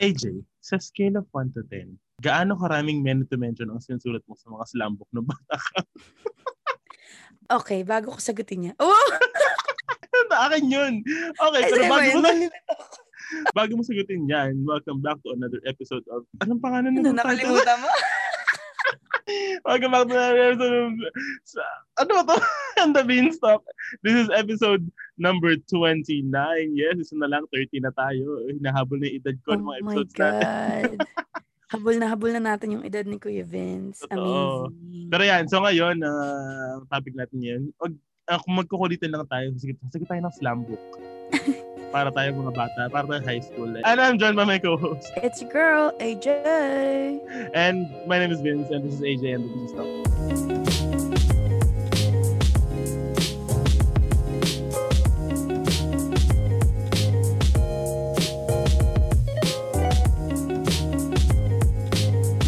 AJ, sa scale of 1 to 10, gaano karaming men to mention ang sinusulat mo sa mga slambok ng bata ka? Okay, bago ko sagutin niya. Oh! Sa akin yun. Okay, Ay, pero sorry, bago mo, man. bago mo sagutin yan, welcome back to another episode of... Anong pangalan Ano, nito? nakalimutan mo? Welcome back to another episode of... Sa, ano to? And the Beanstalk. This is episode number 29. Yes, isa na lang, 30 na tayo. Hinahabol na yung edad ko ng oh mga my episodes natin. God. habol na habol na natin yung edad ni Kuya Vince. Totoo. Amazing. Pero yan, so ngayon, ah, ang topic natin yan. Wag, uh, magkukulitan lang tayo. Sige, sige tayo ng slam book. para tayo mga bata, para tayo high school. And I'm John Mamay, co-host. It's your girl, AJ. And my name is Vince, and this is AJ and the Beanstalk.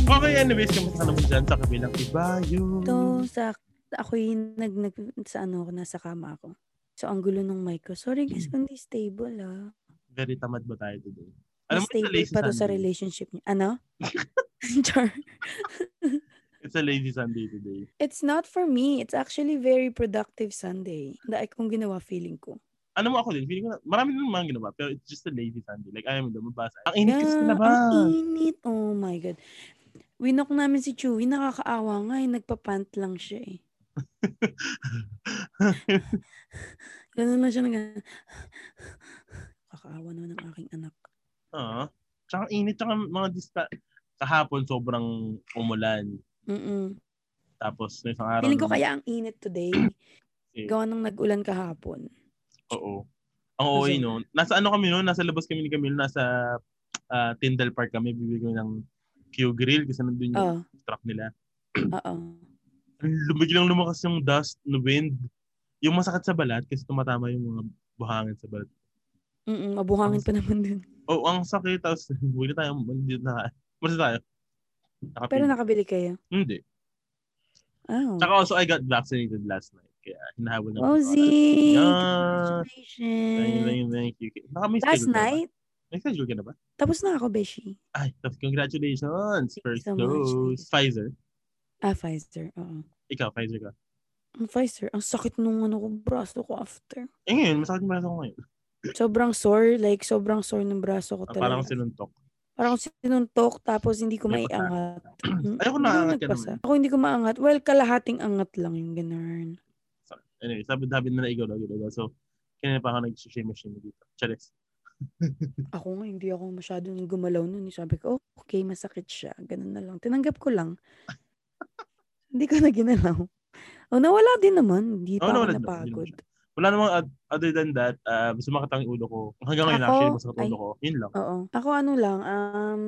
Okay, anyways, kamusta naman dyan sa kabilang ibayo? Ito, sa, ako'y nag, nag, sa ano ako, nasa kama ako. So, ang gulo ng mic ko. Sorry guys, kung di stable ah. very tamad ba tayo today? Alam Alam mo, it's a stable lazy pa to sa Sunday. relationship niya. Ano? Char. It's a lazy Sunday today. It's not for me. It's actually very productive Sunday. Dahil kung ginawa feeling ko. Alam mo ako din, feeling ko na, marami din naman ginawa, pero it's just a lazy Sunday. Like, ayaw mo lumabas. Ang init kasi Yeah, na ba? Ang init. Oh my God. Winok namin si Chewy. Nakakaawa nga. Eh. Nagpapant lang siya eh. Ganun lang siya na ganun. Kakaawa naman ng aking anak. Oo. Tsaka ang init, tsaka mga dista... Kahapon, sobrang umulan. Mm-mm. Tapos, may isang araw... Feeling ko naman kaya ang init today. kasi, Gawa ng nag-ulan kahapon. Oo. Ang OA Kasi- noon. Nasa ano kami noon? Nasa labas kami ni Camille. Nasa ah, Tyndall Park kami. Bibigyan ng Q Grill kasi nandun yung Oo. truck nila. Oo. biglang lumakas yung dust, yung wind. Yung masakit sa balat kasi tumatama yung mga buhangin sa balat. Mm-mm. Mabuhangin pa naman dun. Oh, ang sakit. Tapos, huwag na tayo. Hindi na. Masa tayo. Nakapili. Pero nakabili kayo. Hindi. Oh. Tsaka also, I got vaccinated last night. Kaya, hinahabol na. Oh, Z! Yeah. Thank you, thank Congratulations! you, thank you. Baka may Last schedule ka ba? night, May schedule ka na ba? tapos na ako, Beshi. Ay, tapos congratulations. Thank you First so much. dose. Pfizer. Ah, Pfizer. Oo. Ikaw, Pfizer ka. Ang Pfizer, Ano ang sakit nung ano ko, braso ko after. Eh, ngayon, masakit yung braso ko ngayon. Sobrang sore, like sobrang sore ng braso ko Ah, Parang talaga. sinuntok. Parang sinuntok, tapos hindi ko May maiangat. Mm, Ayoko Hindi na ako angat ka nagpasa. naman. Ako hindi ko maangat. Well, kalahating angat lang yung ganun. Anyway, sabi dabi na naigaw daw daw. So, kanina pa ako nag-shame-shame dito. Charis. Ako nga, hindi ako masyadong gumalaw nun. Sabi ko, oh, okay, masakit siya. Ganun na lang. Tinanggap ko lang. hindi ko na ginalaw. O, nawala din naman. Hindi Oo, pa Oh, nawala ako din naman. Hindi napagod. naman Wala namang ad- other than that, uh, sumakit ang ulo ko. Hanggang ngayon, Ako, actually, masakit ang ay- ulo ko. Yun lang. Oo. Ako ano lang, um,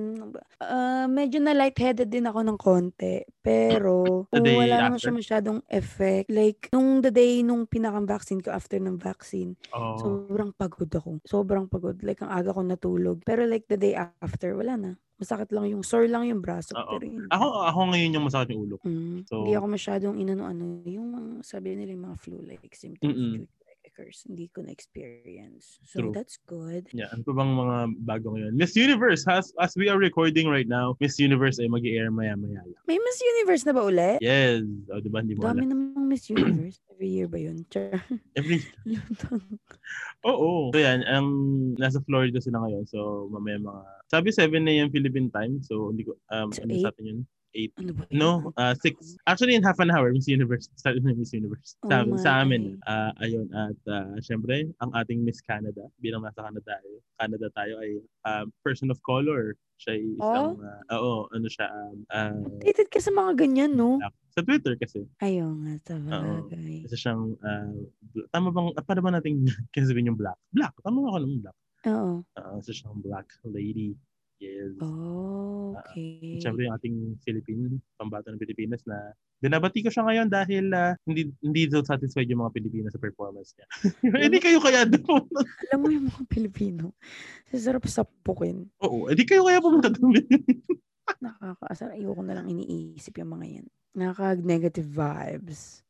uh, medyo na lightheaded din ako ng konti. Pero, The kung day wala naman siya after? masyadong effect. Like, nung the day nung pinakang-vaccine ko after ng vaccine, Oh. sobrang pagod ako. Sobrang pagod. Like, ang aga ko natulog. Pero like, the day after, wala na. Masakit lang yung, sore lang yung braso. Oo. Pero yun. ako, ako ngayon yung masakit yung ulo ko. Mm, So- hindi ako masyadong inano-ano. Yung mga, sabi nila yung mga flu-like symptoms. Mm-mm. due to, like, a curse, Hindi ko na-experience. So, True. that's good. Yeah, ano pa bang mga bago ngayon? Miss Universe, as, as we are recording right now, Miss Universe ay mag air maya-maya lang. May Miss Universe na ba ulit? Yes! O, di ba? Hindi mo Dami alam. namang Miss Universe. Every year ba yun? Char. Every... Lutang. Oo. So yan, ang nasa Florida sila ngayon. So, mamaya mga... Sabi 7 a.m. Philippine time. So, hindi ko... Um, So, ano sa atin yun? Ano ba yun? No, uh, six. Actually, in half an hour, Miss Universe. Start na Miss Universe. Sa, Oh sa my. amin. Uh, ayun. At uh, syempre, ang ating Miss Canada, bilang nasa Canada tayo, Canada tayo ay um, person of color. Siya ay isang, Oh? uh, oo, ano siya, um, uh, Dated ka sa mga ganyan, no? sa Twitter kasi. Ayaw nga, sa Oo. bagay. Isa siyang, uh, bl- tama bang, ah, paano ba natin kasabihin yung black? Black, tama ako ng black. Oo. Uh, isa siyang black lady. Yes. Ah, Oh, okay. Siyempre yung ating Philippine, pambato ng Pilipinas na binabati ko siya ngayon dahil ah, hindi hindi daw satisfied yung mga Pilipinas sa performance niya. Hindi kayo kaya doon. Alam mo yung mga Pilipino, sasarap sa pukin. Oo, hindi kayo kaya pumunta doon. Nakakaasar. Ayoko na lang iniisip yung mga yan. Nakaka-negative vibes.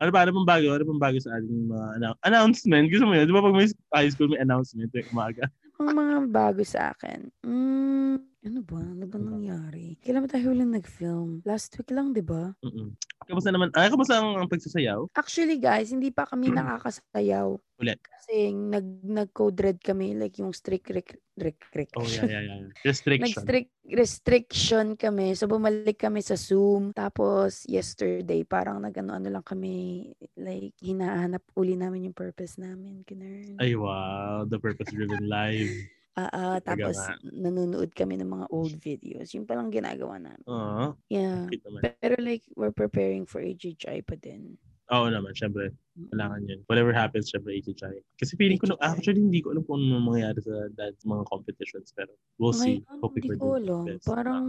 ano ba, ano pang bago? Ano pang bago sa ating mga annou- announcement? Gusto mo yun? Di ba pag may high school may announcement tuwing umaga? Ang mga bago sa akin. Mm, ano ba? Ano ba nangyari? Kailan ba tayo huling nag-film? Last week lang, di ba? Mm-mm. Kamusta naman? Ay, kamusta ang, ang pagsasayaw? Actually guys, hindi pa kami nakakasayaw. Mm. Ulit. Kasi nag, nag-code red kami, like yung strict rec- rec- Oh, restriction. yeah, yeah, yeah. Restriction. Nag-strict restriction kami. So, bumalik kami sa Zoom. Tapos, yesterday, parang nag-ano-ano lang kami. Like, hinahanap uli namin yung purpose namin. Kinern. Ay, wow. The purpose-driven life. Ah, ah, tapos, nga. nanonood kami ng mga old videos. Yung palang ginagawa namin. Oo. Yeah. cute naman. Pero like, we're preparing for HHI pa din. Oo naman, syempre. Mm. Kailangan yun. Whatever happens, syempre, HHI. Kasi feeling ko, no, HHI. actually, hindi ko alam kung ano mangyayari sa that, mga competitions. Pero we'll see. Ngayon, Hoping ano, hindi we're ko doing alam. best. Parang,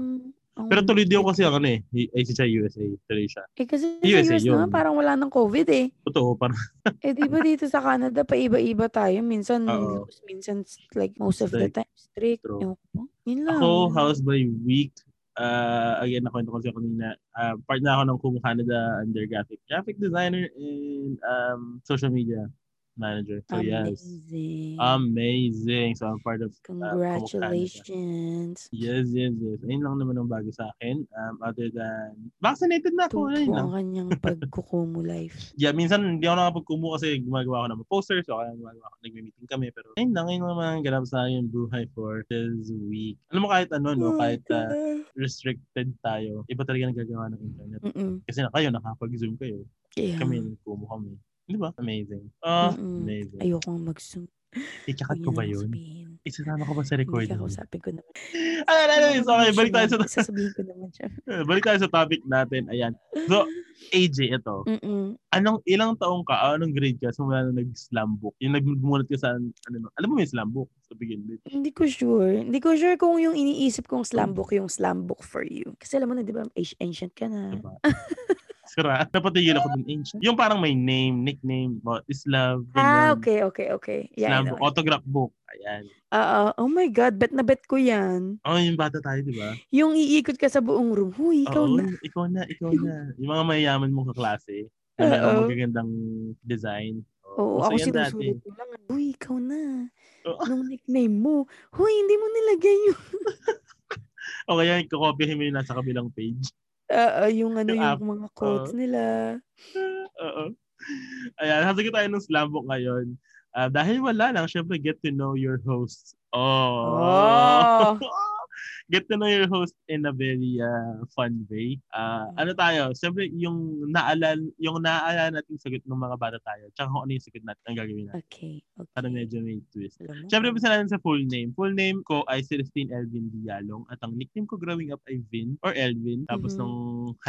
ang Pero tuloy din weird. ako kasi ang ano eh, HHI USA, tuloy siya. Eh kasi USA sa US naman yun. parang wala ng COVID eh. Totoo, parang, Eh, di ba dito sa Canada, paiba-iba tayo. Minsan Oo. loose, minsan like most of the Strict. time strict. True. Ewan ko. Yun lang. ako, house by week, uh, again, nakwento ko siya kanina, uh, part na ako ng Kung Canada under graphic, graphic designer and um, social media manager. So, yes. Ah, Amazing. Amazing. So, I'm part of Congratulations. Yes, yes, yes. Ayun lang naman ang bago sa akin. Um, other than, vaccinated na ako. Tupo Ayun lang. ang kanyang pagkukumo life. Yeah, minsan hindi ako nakapagkumu kasi gumagawa ako ng mga posters o kaya gumagawa ako, nagme-meeting kami. Pero ayun lang, ayun lang naman ang ganap sa akin buhay for this week. Alam mo kahit ano, no? Oh kahit uh, restricted tayo, iba talaga nagagawa ng internet. Mm-mm. Kasi na kayo, nakapag-zoom kayo. Yeah. Kami, nagkumu kami. Di ba? Amazing. Ah, Mm-mm. amazing. Ayoko nga mag-zoom. Ikakat Huwag ko ba niyo na yun? sabihin. Isasama ko ba sa Hindi recording? ka kausapin ko naman. Ay, ay, ay, it's okay. Balik tayo sa Sasabihin ko naman siya. Eh, Balik tayo sa topic natin. Ayan. So, AJ, ito. Mm-mm. Anong ilang taong ka, ah, anong grade ka, simula na nag-slam book? Yung nagmulat ka sa, ano, no? alam mo may slam book sa begin with? Hindi ko sure. Hindi ko sure kung yung iniisip kong slam book yung slam book for you. Kasi alam mo na, di ba, age- ancient ka na. Diba? Sira. Napatigil ako dun ancient. Yung parang may name, nickname, but is love. ganyan. Ah, okay, okay, okay. Yeah, I slam know. book, autograph book. Ayan. Ah, ah, oh my God, bet na bet ko yan. Oh, yung bata tayo, di ba? Yung iikot ka sa buong room. Huy, ikaw Oo, na. Ikaw na, ikaw na. Yung mga mayayaman mong kaklase. Na Oo. meron magagandang design. Oo, ako gusto yan dati. sinusulit ko lang. Huy, ikaw na. Oo. Nung nickname mo. Huy, hindi mo nilagay yung, O kaya, kukopihin mo yung nasa kabilang page. Ah, ah, yung ano, Yung yung, app. mga quotes nila. Oo. Ayan, hasagin tayo ng slam book ngayon. Ah, dahil wala lang, syempre get to know your hosts. Oh. Oh. get to know your host in a very ah, fun way. Ah, ano tayo? Syempre yung naalala yung naalala natin sagot ng mga bata tayo. Tsaka kung ano yung sagot natin ang gagawin natin. Okay, okay. Para medyo may twist. Alam mo? Siyempre, umpisa natin sa full name. Full name ko ay Celestine Elvin Dialong at ang nickname ko growing up ay Vin or Elvin. Tapos Mhm. nung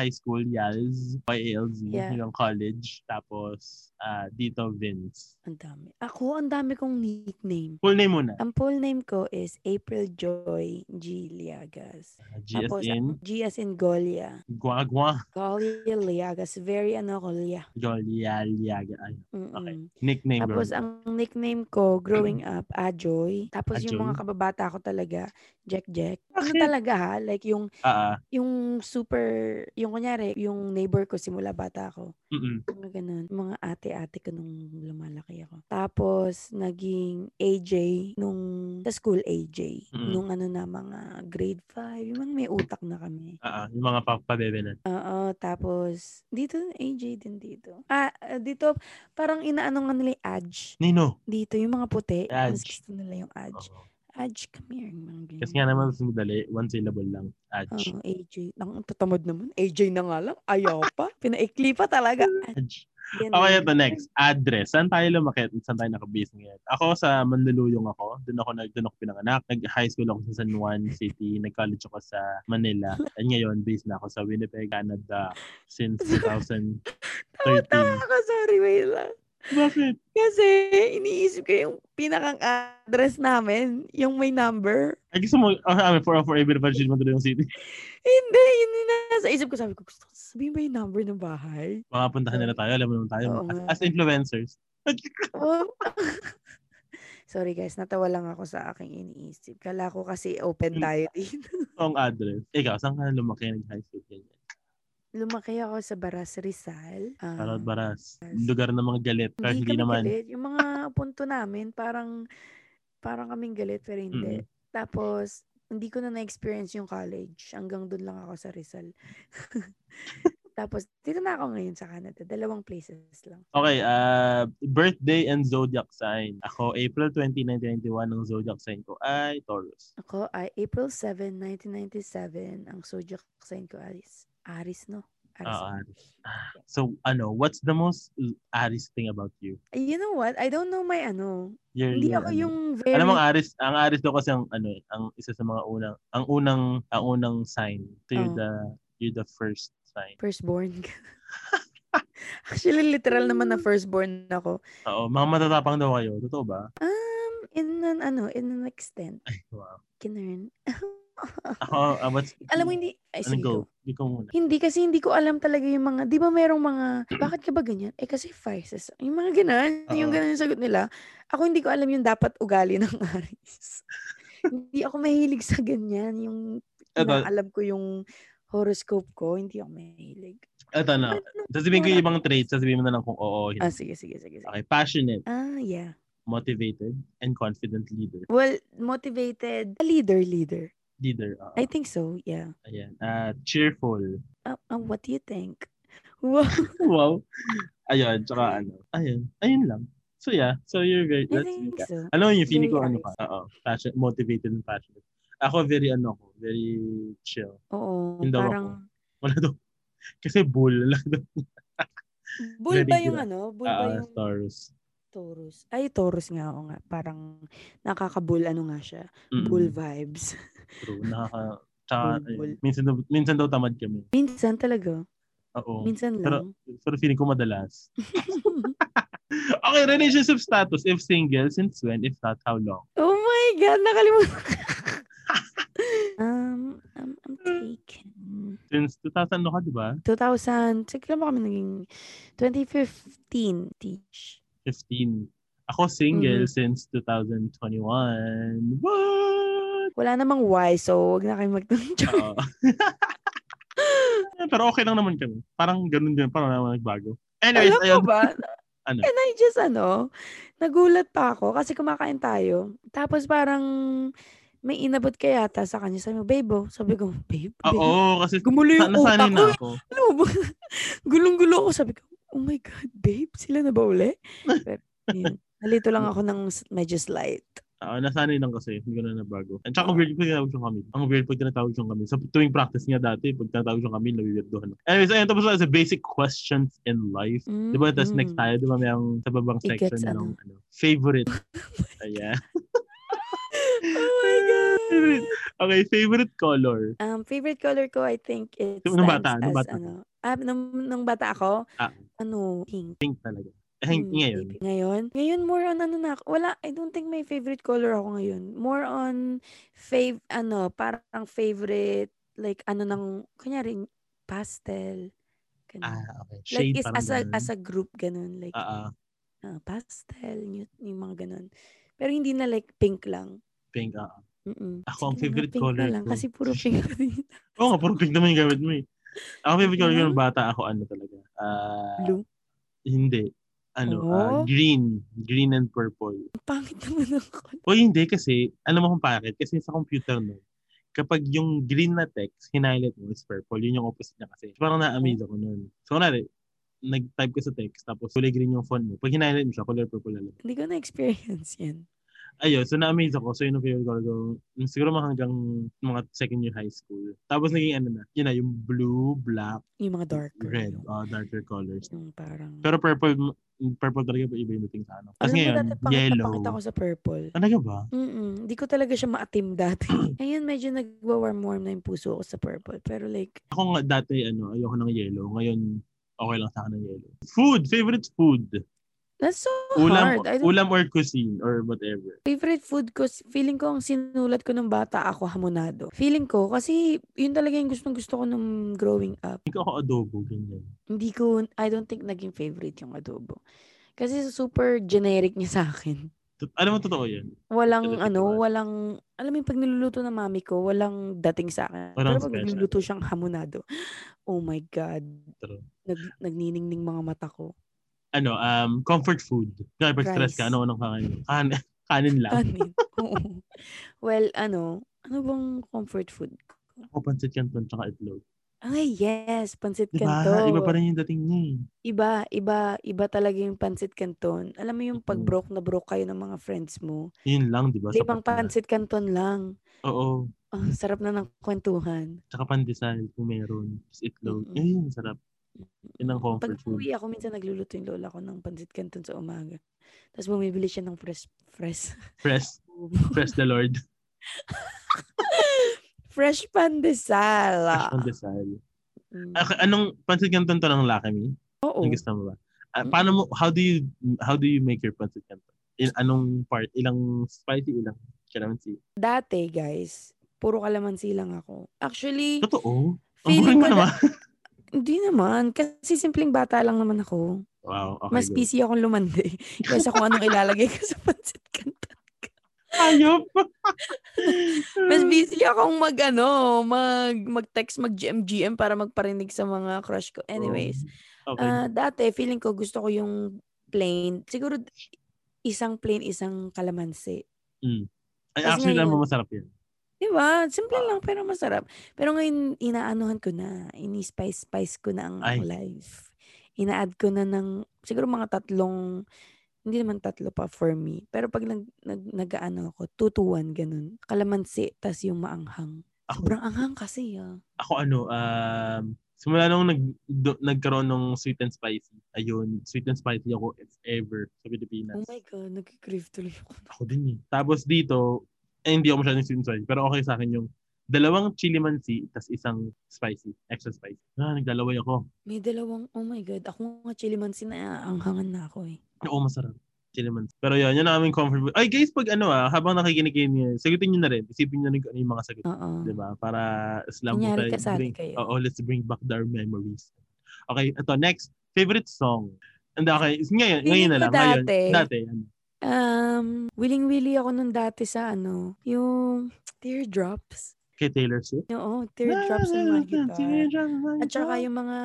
high school, Yals, YALZ, Yeah. hanggang college. Tapos ah, dito, Vince. Ang dami. Ako, ang dami kong nickname. Full name muna. Ang full name ko is April Joy G. Liagas. G as Tapos, in, G as in Golia. Guagua, Golia Liagas. Very ano, Golia. Golialiaga. Ay, Mm-mm. Okay. ano. Nickname Tapos, bro. ang nickname ko growing up, Ajoy. Tapos, yung mga Ajoy? kababata ko talaga, Jack Jack. Ako Bakit? talaga ha, like yung, Ah, ah. yung super, yung kunyari, yung neighbor ko simula bata ako. Mm-mm. Mga ganun. Mga ate-ate ko nung lumalaki ako. Tapos, naging AJ nung, sa school AJ. Mm. Nung ano na, mga grade 5. Yung mga may utak na kami. Ah, ah. Yung mga pa- pabebe na. Oo, tapos, dito, AJ din dito. Ah, ah, dito, parang inaano nga nila yung Adj. Nino. Dito, yung mga puti. Mas Adj. gusto nila yung Adj. Oo. Adj, come here. Yung mga ganyan. Oh. Kasi nga naman mas madali, one syllable lang. Adj. Oo, AJ. Ang tatamad naman. AJ na nga lang. Ayaw pa. Pinaikli pa talaga. Ah, Adj. Ganun. Okay, ito next. Address. Saan tayo lumakit? Saan tayo nakabase ngayon? Ako sa Mandaluyong ako. Doon ako, nag, doon ako pinanganak. Nag-high school ako sa San Juan City. Nag-college ako sa Manila. And ngayon, based na ako sa Winnipeg, Canada since 2013. Tama ako. Sorry, wait lang. Bakit? Kasi iniisip ko yung pinakang address namin, yung may number. Ay, gusto mo, oh, ah, for, for every virgin Mandaluyong City. Hindi, yun yung nasa isip ko. Sabi ko, gusto ko sabihin ba yung number ng bahay? Makapuntahan nila tayo. Alam mo naman tayo. Oo nga. as, as influencers. Oh. Sorry guys, natawa lang ako sa aking iniisip. Kala ko kasi open tayo dito. Ang address. Ikaw, saan ka lumaki nag-high school? Ganyan. Lumaki ako sa Baras Rizal. Ah, Parang baras. Lugar ng mga galit. Kahit hindi hindi kami naman. galit. Yung mga punto namin, parang Parang kaming galit, pero hindi. Mm-hmm. Tapos, hindi ko na na-experience yung college. Hanggang doon lang ako sa Rizal. Tapos, dito na ako ngayon sa Canada. Dalawang places lang. Okay, uh, birthday and zodiac sign. Ako, April 20, 1991, ang zodiac sign ko ay Taurus. Ako ay April 7, 1997. Ang zodiac sign ko Aris. Aris, no? Aris. Ah, Aries. Ah, So, ano, what's the most Aries thing about you? Ay, You know what? I don't know my ano. You're- Hindi you're, ako ano, yung very... Alam mo ang Aries, ang Aries daw kasi ang ano, eh, ang isa sa mga unang ang unang ang unang sign. So you're Oh. the you're the first sign. Firstborn. Actually, literal naman na firstborn ako. Oo, mga matatapang daw kayo. Totoo ba? Um, in an, ano, in an extent. Wow. Kinern. Ako, uh, what's, alam mo, hindi... Ay, ano, sige, go. go. Ikaw muna. Hindi kasi hindi ko alam talaga yung mga, 'di ba merong mga bakit ka ba ganyan? Eh kasi Pisces. Yung mga ganun, yung Oo. ganun yung sagot nila. Ako hindi ko alam yung dapat ugali ng Aries. hindi ako mahilig sa ganyan, yung Eto, alam ko yung horoscope ko, hindi ako mahilig. eto na. Ano? Sasabihin ko yung ibang traits, sasabihin mo na lang kung oo. o hindi. Ah, sige, sige, sige. sige. Okay, passionate, Ah, yeah. motivated, and confident leader. Well, motivated. A leader, leader. Leader, oo. I think so, yeah. Ayan. Ah, cheerful. Uh, uh, what do you think? Wow. Wow. Ayun, tsaka ano. Ayun, ayun lang. So yeah, so you're very, I that's think so. Alam mo yung feeling ko Very ano ka? Oo. Passion, motivated and passionate. Ako very ano ko, very chill. Oo, Yun daw parang Wala daw. Kasi bull lang daw. bull ba Very yung good. ano? Bull ba Ah, yung Taurus. Taurus. Ay, Taurus nga ako nga. Parang nakakabull ano nga siya. Mm, Bull vibes. True. Nakaka Tsaka, Bull, ayun, bull. minsan, daw, minsan daw tamad kami. Minsan talaga. Oo. Oh, Minsan Pero- lang. Pero feeling ko madalas. Okay, relationship status. If single, since when? If not, how long? oh my God, nakalimutan. um, I'm, I'm taken. Since 2000 ano ka, di ba? 2000, sige lang ba kami naging 2015, teach. 15. Ako single Mhm. since 2021. What? Wala namang why, so wag na kayo magtanong. Oo. Pero okay lang naman kami. Parang ganun din. Parang naman nagbago. Anyways, Alam ayun. mo ba? Ano? And I just, ano, nagulat pa ako kasi kumakain tayo. Tapos parang may inabot kaya yata sa kanya. Sabi mo, babe, oh." Sabi ko, babe, Ah, babe. Oo, kasi Gumulo na, yung nasanay utak ko. na eh. ako. Ano ba? Gulong-gulo ako. Sabi ko, oh my God, babe, sila na ba uli? Pero, yun. Nalito lang ako ng s- medyo slight. Ah, nasanay lang kasi. Hindi ko na nabago. At saka weird pag tinatawag siyang kami. Ang weird pag tinatawag siyang kami. Sa tuwing practice niya dati, pag tinatawag siyang kami, nabiwirdohan. Anyways, ayun. Tapos na sa basic questions in life. Mm, Di ba? Tapos mm. next tayo, di ba? May ang sa babang It section gets, na ano. ano, favorite. Ayan. Oh my God. Okay, favorite color. Um, favorite color ko, I think it's Nung bata, nung as, bata. ano, ah, nung, nung bata ako, Ah. ano, pink. Pink talaga. Eh, Mm, ngayon. maybe. Ngayon? Ngayon, more on ano na ako. Wala, I don't think may favorite color ako ngayon. More on, fav, ano, parang favorite, like, ano ng, kunyari, pastel. Ganun. Ah, okay. Shade like, is, parang as a, ganun. as a group, ganun. Like, Ah, ah, ah, pastel, nyu- yung mga ganun. Pero hindi na like pink lang. pink. Ah, ah. Mm-mm. Ako, ang Sige na nga, favorite pink na color lang, ko. Kasi puro pink ko din. Oo nga, puro pink naman yung gamit mo eh. Ako, favorite color ko Yeah. nung bata ako, ano talaga. Ah, Hmm. Blue. Hindi. Ano, Oo. ah, green. Green and purple. Ang Pangit naman ako. O hindi kasi, alam mo kung bakit? Kasi sa computer nun, kapag yung green na text, hinighlight mo is purple. Yun yung opposite niya kasi. Parang na-amaze ako nun. So, kunwari, nag-type ka sa text, tapos kulay green yung font mo. Pag hinighlight mo siya, color purple na lang. Hindi ko na-experience yan. Ayun, so na-amaze ako. So, yun ang favorite color ko. Siguro mga hanggang mga second year high school. Tapos naging ano na, yun na, yung blue, black, Yung mga darker. red, Yung, ah, darker colors. yung parang... Pero purple, purple talaga pa iba yung dating sa ano. Tapos Alam ngayon, mo, dati pangit na yellow. pangit ako sa purple. Talaga ba? Mm-mm. Hindi ko talaga siya maatim dati. Ngayon, medyo nagwa-warm-warm na yung puso ko sa purple. Pero like, Ako nga dati, ano, ayoko ng yellow. Ngayon, okay lang sa akin ng yellow. Food! Favorite food? that's so Ulam, hard. I don't, ulam or cuisine or whatever. favorite food ko, feeling ko ang sinulat ko nung bata ako, hamonado. Feeling ko, kasi yun talaga yung gustong gusto ko nung growing up. Hindi ko ako adobo, ganyan. Hindi ko, I don't think naging favorite yung adobo. Kasi super generic niya sa akin. Tot- Alam mo, totoo yan. Walang Talaga ano, naman. walang alam mo yung pag niluluto ng mami ko, walang dating sa akin. Walang Pero pag special. nagluluto siyang hamonado, oh my god. True. Nag, nagniningning mga mata ko. Ano, um, comfort food. Kaya pag stress Rice. ka, ano, anong kakain? Kanin. Kanin lang. Kanin. Oo. Well, ano, ano bang comfort food? Ako, Oh, pancit canton tsaka itlog. Ay, yes, pancit Diba? canton. Iba pa rin yung dating niya eh. Iba, iba, iba talaga yung pancit canton. Alam mo yung pag Mm. broke na broke kayo ng mga friends mo. Yun lang, diba? Di bang Sapat na. pancit canton lang. Oo. Ang sarap na ng kwentuhan. Tsaka pandesal kung meron. Tapos itlog. Mm-mm. Ayun, sarap. Yun ang comfort Pag food. uwi ako, minsan nagluluto yung lola ko ng pancit canton sa umaga. Tapos bumibili siya ng fresh, fresh, Press. Press the Lord. fresh pandesal. Fresh pandesal. Mm. Ah, Anong pancit canton to ng Lakami? Oo. Yung gusto mo ba? Ah, Oh. Mm. paano mo, how do you, how do you make your pancit canton? Il, anong part? Ilang spicy, ilang calamansi? Dati, guys, puro kalamansi lang ako. Actually, Totoo? Ang boring feeling mo ko na, naman. hindi naman. Kasi simpleng bata lang naman ako. Wow, okay. Mas go. busy akong lumandi. Kaysa kung anong ilalagay ko sa pancit canton. Hayop! Mas busy akong mag, ano, mag, mag-text, mag-GM-GM para magparinig sa mga crush ko. Anyways, Oh. Okay. ah dati, feeling ko gusto ko yung plain. Siguro, isang plain, isang kalamansi. Hmm. Ay, Tapos actually, alam ngayon- mo, masarap yan. Diba? Simple Ah. lang pero masarap. Pero ngayon, inaanuhan ko na. Ini-spice-spice ko na ang Ay. life. Ina-add ko na ng, siguro mga tatlong, hindi naman tatlo pa for me. Pero pag nag, nag, nag-ano ako, tutuan, ganun. Kalamansi, tas yung maanghang. Ako, Sobrang anghang kasi, ah. ako ano, um, simula nung nag, do, nagkaroon ng sweet and spicy, ayun, sweet and spicy ako if ever sa Pilipinas. Oh my God, nag-crave tuloy ako. Ako din eh. Tapos dito, eh, hindi ako masyadong sweet and spicy, pero okay sa akin yung dalawang chili mansi, tas isang spicy, extra spicy. Ah, nagdalaway ako. May dalawang, oh my God, ako nga chili mansi na anghangan na ako eh. Oo, masarap. Chili mansi. Pero yun, yun ang aming comfort food. Ay guys, pag ano ah, habang nakikinig kayo niya, sagutin nyo na rin. Isipin nyo na rin kung ano yung mga sagot. Oo. Diba? Para slam mo Kunyari, tayo. kasali bring- kayo. Oo, let's bring back their memories. Okay, ito next. Favorite song. And okay, is- ngayon, ngayon Feeling na ko lang. Ngayon, dati. dati. ano. Um, willing-willy ako nung dati sa ano, yung teardrops. Kay Taylor Swift. Oo, teardrops ng mga guitar. Teardrops on my At saka guitar. yung mga,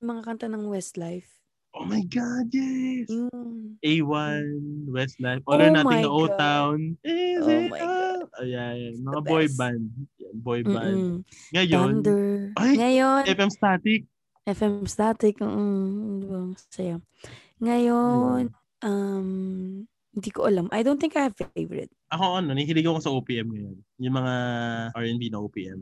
yung mga kanta ng Westlife. Oh my God, Mm. yes! Yung, A1, Westlife, Oh All or Nothing my na God. O-Town. Is Oh it my all? Ayan, mga the boy best. band. Yan, Boy band. mm Ngayon, Thunder. Ay! Ngayon, FM Static. FM Static, mm, di ba, masaya. Ngayon, um, hindi ko alam. I don't think I have favorite. Ako ano, nahilig ako sa OPM ngayon. Yung mga R&B na OPM.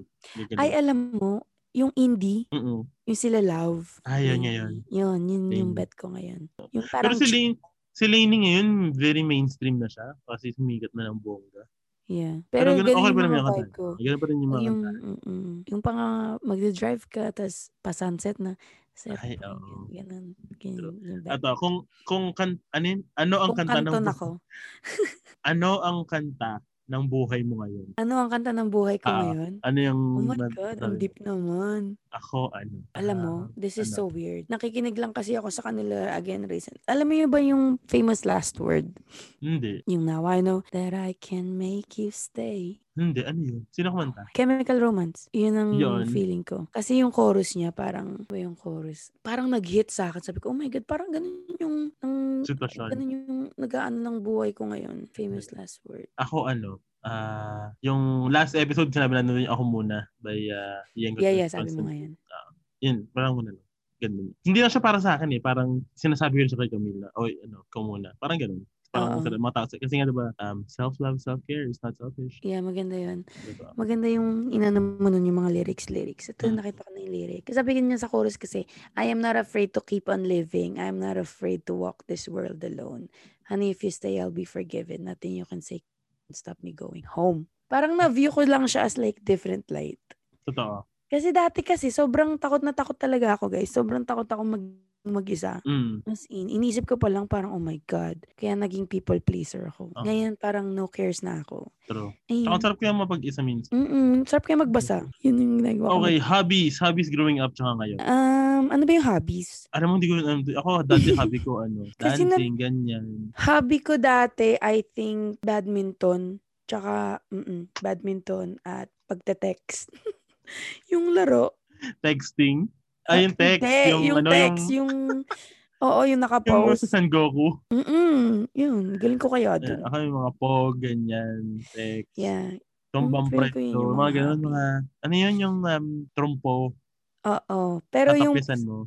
Ay, alam mo, yung indie, mm yung sila Love. Ah, yun, Yung- yun. Yun, yun yung Same. bet ko ngayon. Yung Pero parang, si Lane, si Lainey ngayon, very mainstream na siya. Kasi sumikat na ng bongga. yeah. Pero Pero, ganun- ganun okay yung pa naman mga yung kanta. vibe ko. Ganun pa rin yung mga Yung, kanta. mm-mm. yung pang ah, magdadrive ka, tapos pa-sunset na. Sarap Ay, pakinggan. oo. Ganun. Ganun True. yung vibe. Ato, kung, kung kan, ano, yun? ano ang Kung kanta ng, kanton bu- ako. ano ang kanta ng buhay mo ngayon? Ano ang kanta ng buhay ko Ah, ngayon? Ano yung, Oh my ma- God, sabi ang mo? deep naman. Ako, ano? Alam mo, ah, this is ano? so weird. Nakikinig lang kasi ako sa kanila again recent. Alam mo yun ba yung famous last word? hindi, Yung now I know that I can make you stay. hindi, ano yun? Sino kumanta? Ah, Chemical Romance. Yun ang Yun. feeling ko. Kasi yung chorus niya, parang, ba yung chorus? Parang nag-hit sa akin. Sabi ko, oh my God, parang ganun yung, ang, Sitwasyon. ganun yung nag-ano ng buhay ko ngayon. Famous last word. Ako, ano? ah yung last episode, sinabi na yung ako muna by uh, Ian Yeah, Gottlieb yeah, sabi mo Constantine. ngayon. yun, parang muna lang. Ganun. Hindi lang siya para sa akin eh. Parang sinasabi ko rin siya kay Camila. Oy, ano, ikaw muna. Parang ganun. Parang Oo. sa mga tao. Kasi nga diba, um, self-love, self-care is not selfish. Yeah, maganda yun. Diba? Maganda yung inano mo nun yung mga lyrics, lyrics. Ito, Mm. nakita ko na yung lyric. Kasi sabi niya sa chorus kasi, I am not afraid to keep on living. I am not afraid to walk this world alone. Honey, if you stay, I'll be forgiven. Nothing you can say can stop me going home. Parang na-view ko lang siya as like different light. Totoo. Kasi dati kasi, sobrang takot na takot talaga ako, guys. Sobrang takot ako mag mag-isa. Mm. As in, inisip ko pa lang parang, oh my God. Kaya naging people pleaser ako. Oo. Ngayon, parang no cares na ako. True. Tsaka Ayun. ang sarap kaya mapag-isa minsan. Mm-mm. Sarap kayo magbasa. Yun yung ginagawa ko. Mm. Okay, hobbies. Hobbies growing up tsaka ngayon. Um, ano ba yung hobbies? Alam mo, hindi ko, alam ako dati hobby ko, ano, Kasi na- dancing, ganyan. Hobby ko dati, I think, badminton. Tsaka, mm badminton at pagte-text. yung laro. Texting. Ay, Ah, yung text. Hindi, yung, ano, text. yung, Yung, Oo, yung Yung nakapost. sa San Goku. Mm-mm. Yun, galing ko Eh, kaya dun. Ako yung mga pog, ganyan, sex. Yeah. Tumbang Mm, feeling ko yun preto, yung mga mga ganun, happy. mga, ano yun yung um, trumpo, Oo. Pero yung tatapisan mo.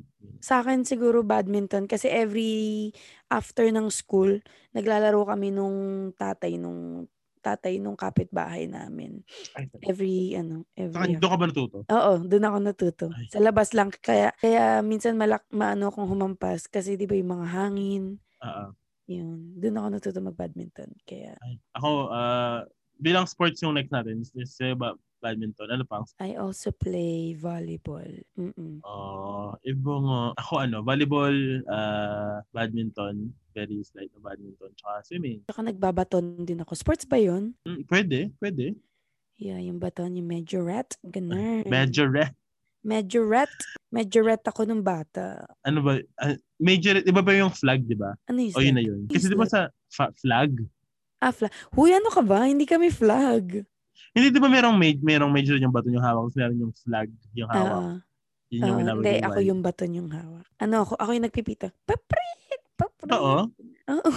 sa akin siguro badminton kasi every after ng school, naglalaro kami nung tatay nung tatay nung kapitbahay namin. Ay, Every ano, Saka every doon ka ba natuto? Oo, doon ako natuto. Ay. Sa labas lang. Kaya, kaya minsan malak, maano akong humampas kasi di ba yung mga hangin, Oo. yun. Doon ako natuto mag-badminton. Kaya, ah. Ay, Ako, ah, bilang sports yung next natin, is, is eh, ba, badminton. Ano pa? I also play volleyball. Mm-mm. Oh, ibang, ah, ako ano, volleyball, ah, badminton, very slight na badminton, tsaka swimming. Tsaka nagbabaton din ako. Sports ba yun? Mm, pwede, pwede. Yeah, yung baton, yung majorette. Ganun. Majorette. Majorette. Majorette ako nung bata. Ano ba? ah, majorette, iba ba yung flag, di ba? Ano yung O Oh, yun na flag? yun. Kasi di ba sa fa- flag? Ah, flag. Huy, ano ka ba? Hindi kami flag. Hindi, di ba merong, ma- merong major yung baton yung hawak, tapos meron yung flag yung hawak. Oo. Yun yung Oo, ginawag Ah, Hindi, ako wine. yung baton yung hawak. Ano ako? Ako yung nagpipita. Paprit! Paprit! Oo. Oo.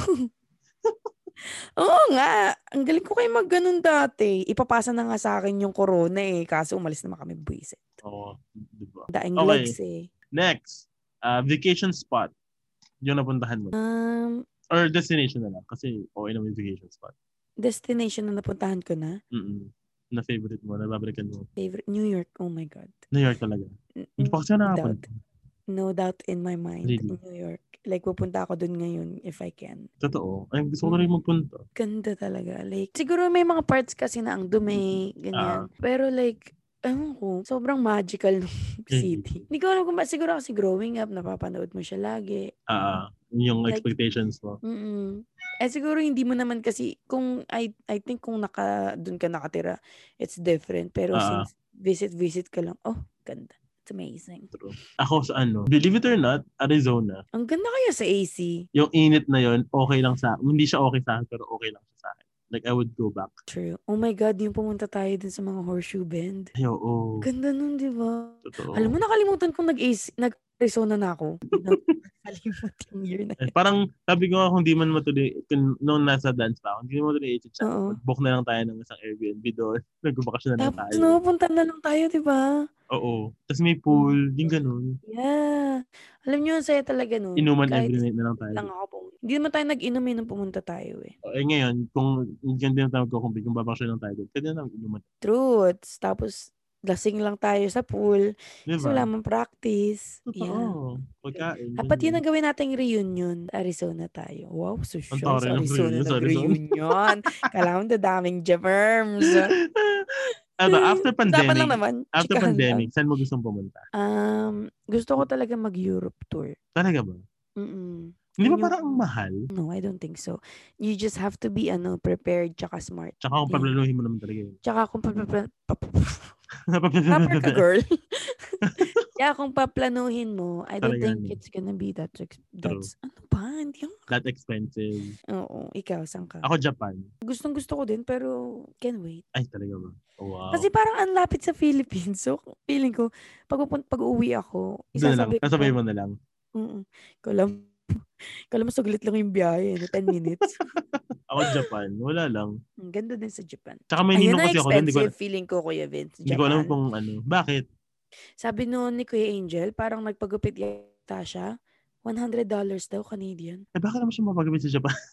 Oo nga. Ang galing ko kayo magganon dati. Ipapasa na nga sa akin yung corona eh. Kaso umalis naman kami eh. buwisit. Oo, di ba? Daing Okay. legs eh. Next, ah, vacation spot. Yung napuntahan mo. Um, Or destination na lang. Kasi, oo, oh, yung vacation spot. destination na napuntahan ko na. Mm-mm. Na favorite mo, na babalikan mo. Favorite, New York. Oh my God. New York talaga. N- Hindi pa Mm, kasi ako nakapunta. No doubt in my mind. Really? New York. Like, pupunta ako dun ngayon if I can. Totoo. Ay, gusto ko na rin magpunta. Ganda talaga. Like, siguro may mga parts kasi na ang dumi, ganyan. Pero like, ewan ko, sobrang magical nung city. Hindi ko alam kung ba, siguro kasi growing up, napapanood mo siya lagi. Ah, ah. yung Like- expectations mo. mm Eh siguro hindi mo naman kasi kung I I think kung naka doon ka nakatira, it's different pero Ah. since visit visit ka lang, oh, ganda. It's amazing. True. Ako sa ano, believe it or not, Arizona. Ang ganda kaya sa AC. Yung init na yon okay lang sa akin. Hindi siya okay sa akin, pero okay lang siya sa akin. Like, I would go back. True. Oh my god, yung pumunta tayo dun sa mga horseshoe bend. Ay, oo. Ganda nun, di ba? Totoo. Alam mo, nakalimutan kong nag-AC, nag-Arizona na ako. Nakalimutan yung year na. Eh, parang sabi ko nga kung di man matuloy, kung, noong nasa dance pa ako, hindi mo matuloy i-chat. Oo. Book na lang Ano tayo ng isang Airbnb doon. Nagbakasyon na lang Tapos tayo. no, punta na lang tayo, di ba? Oo. Tapos may pool, yung ganun. Yeah. Alam niyo, ang saya talaga nun. Inuman Kahit every night na lang tayo. lang ako pumunta. Hindi naman tayo nag-inom eh nung pumunta tayo eh. Eh ngayon, kung hindi na tayo magkukumpit, kung babakasyon lang tayo doon, pwede na lang inuman. Truths. Tapos, lasing lang tayo sa pool. Di So, wala ba? mang practice. Totoo. Yeah. Pagkain. Dapat yun ganyan. ang gawin nating reunion. Arizona tayo. Wow, so Ang sure. taray Sa ng Arizona reunion, sa nag-reunion. Kala mo dadaming germs. Ano, after Dapat lang pandemic, naman. after chikahan pandemic, lang. saan mo gustong pumunta? Um, gusto ko talaga mag-Europe tour. Talaga ba? Mm-mm. Hindi ba Yun yung- ano. parang ang mahal? No, I don't think so. You just have to be ano prepared tsaka smart. Tsaka kung Yeah. pablaluhin mo naman talaga yun. Tsaka kung pa, pa, pa, pa- Proper ka, girl. yeah, kung paplanuhin mo, I don't Talaga think naman. it's gonna be that ex- that's, ano ba? Hindi ako, That expensive. oo, ikaw, saan ka? Ako, Japan. Gustong gusto ko din, pero can wait. Ay, talaga ba? Oh, Wow. Kasi parang ang lapit sa Philippines. So, feeling ko, pag, pupun- pag uwi ako, Doon na lang. isasabi ko. Nasabay pa- mo na lang. Oo. Kala mo, kala mo saglit lang yung biyahe, no? 10 minutes. Ako, Japan. Wala lang. Ang ganda din sa Japan. Tsaka may ninong Ayun na kasi ako doon. Hindi ko, expensive feeling ko, Kuya Vince. hindi ko alam Japan. kung ano. Bakit? Sabi noon ni Kuya Angel, parang nagpagupit yata siya. $100 daw, Canadian. Eh, bakit naman siya mapagabit sa Japan?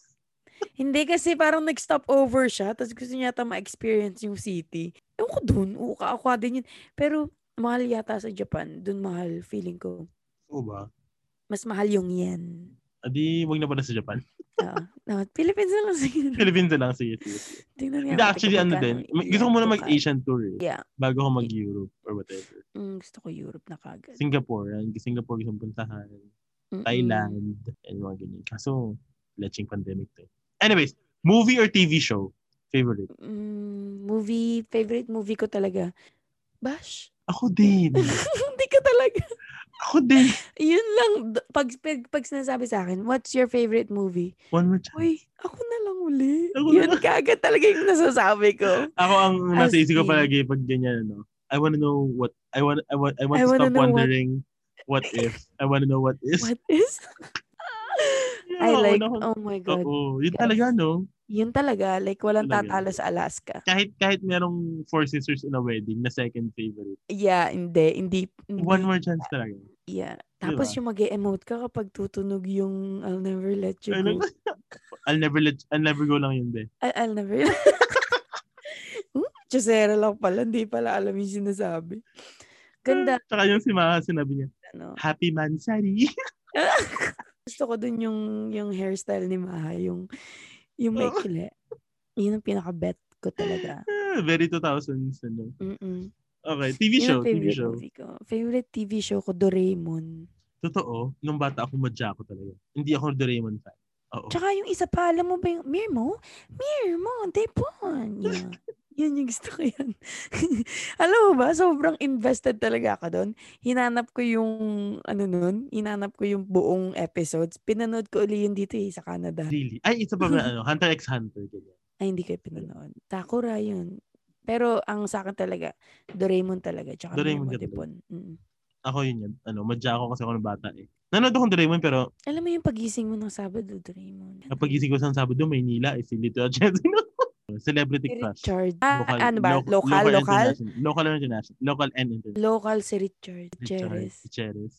Hindi kasi parang nag-stop over siya. Tapos gusto niya yata ma-experience yung city. Ewan ko dun. Uka, ako din yun. Pero mahal yata sa Japan. Dun mahal, feeling ko. Oo ba? Mas mahal yung yen. Adi, wag na pala sa Japan. Oo. No, Philippines na lang siguro. Philippines na lang. Sige, sige. Tingnan nga. Hindi, natin actually, kung ano magkano din. yung Gusto ko yen muna to ka- mag-Asian tour eh. Yeah. Bago ako mag-Europe or whatever. Mm, gusto ko Europe na kagad. Singapore. Yan. Singapore gusto kong puntahan. Mm-mm. Thailand. Mm. And mga ganyan. Kaso, leching pandemic to. Anyways, movie or TV show? Favorite? Mm, movie, favorite movie ko talaga. Bash. Ako din. Hindi ka talaga. Ako din. Yun lang. d- Pag, pag, pag sinasabi sa akin, what's your favorite movie? One more time. Uy, ako na lang uli. Ako na Yun kagad talaga yung nasasabi ko. Ako ang nasa As isip ko in. palagi pag ganyan, ano. I wanna know what, I want, I want, I want to I wanna stop know what- wondering what, if. I wanna know what is. What is? Yun I ang like, una ko- oh my God. Oo, yun Yes. talaga, no? Yun talaga, like walang Talaga. tatalo sa Alaska. Kahit, kahit merong Four Sisters in a Wedding na second favorite. Yeah, hindi, hindi. hindi One more chance talaga. Yeah. Tapos yung mag emote ka kapag tutunog yung I'll never let you Ay, go. nag- I'll never let, I'll never go lang yun, be. I- I'll never... Hmm, Chusera lang pala, hindi pala alam yung sinasabi. Ganda, Tsaka yung si Maha, sinabi niya, ano. Happy Mansari. Gusto ko dun yung, yung hairstyle ni Maha, yung, yung may Oo. kile. Yun ang pinaka-bet ko talaga. Very 2000s, ano. Mm-mm. Okay, TV Yun show, ang TV favorite show. movie ko. Favorite TV show ko, Doraemon. Totoo, nung bata ako, madya ako talaga. Hindi ako Doraemon fan. Oo. Tsaka yung isa pa, alam mo ba yung, Mirmo? Mirmo, Depon. Yeah. yun yung gusto ko yan. alam mo ba, sobrang invested talaga ako doon. Hinanap ko yung, ano nun, hinanap ko yung buong episodes. Pinanood ko uli yun dito eh, sa Canada. Really? Ay, isa pa ba, ano, Hunter x Hunter. ganyan. Ay, hindi ko pinanood. Takura yun. Pero ang sa akin talaga, Doraemon talaga. Tsaka Doraemon ka Doraemon talaga. Depon. Mm. Ako yun yun. Ano, madya ako kasi ako ng bata eh. Nanood akong Doraemon pero Alam mo yung pagising mo ng Sabado, Doraemon. napagising ko sa Sabado, Maynila eh, si Little Jensen. Celebrity Si crush. Richard. Ah, ano ba? lo- Local, and local? international. Local and international. Local and international. Local si Richard. Richard Cheres. Cheres.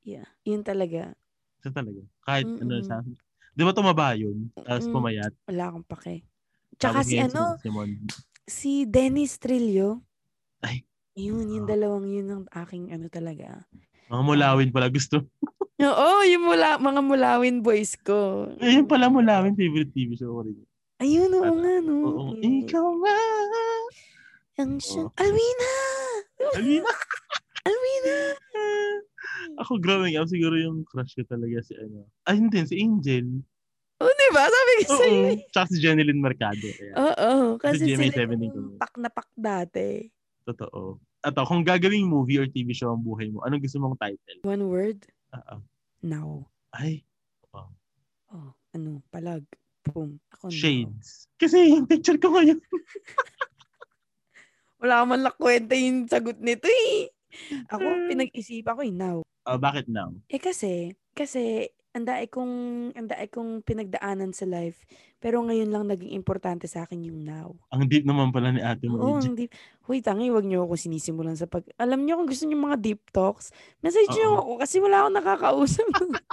Yeah. Yun talaga. Siya talaga. Kahit ano Mm-mm. sa Di ba tumaba yun? Tapos Mm. pumayat. Wala akong pake. Tsaka Tapos si ngayon, ano, Si Mon. si Dennis Trillo. Ay. Yun, yung Ah. dalawang yun ang aking ano talaga. Mga mulawin pala gusto. Oo, yung mula, mga mulawin boys ko. Ayun pala mulawin favorite TV show ko rin. Ayun, oo Ano? nga, no. Oo. Yun. Ikaw nga. Ang siya. Oo. Alwina! Alina. Alwina! Ako growing up, siguro yung crush ko talaga si ano. Ay, hindi. Si Angel. O, di ba? Sabi ko Oo. sa'yo. eh. Tsaka si Jenilyn Mercado. Ayan. Oo. Kasi Sa GMA sila 70 ko. yung pak na pak dati. Totoo. At kung gagawing movie or TV show ang buhay mo, anong gusto mong title? One word, Ah, ah. now. Ay, Oh, ano, palag. Boom. Ako now. Shades. Kasi yung picture ko ngayon. Wala man lang kwenta yung sagot nito eh. Ako, pinag-isipan ko eh, now. Ah, bakit now? Eh kasi, kasi, andae kong, andae kong pinagdaanan sa life. Pero ngayon lang naging importante sa akin yung now. Ang deep naman pala ni ate mo. Oo, AJ. ang deep. Hoy, tangi, wag niyo ako sinisimulan sa pag... Alam niyo kung gusto niyo mga deep talks, message niyo Oo. ako kasi wala akong nakakausap.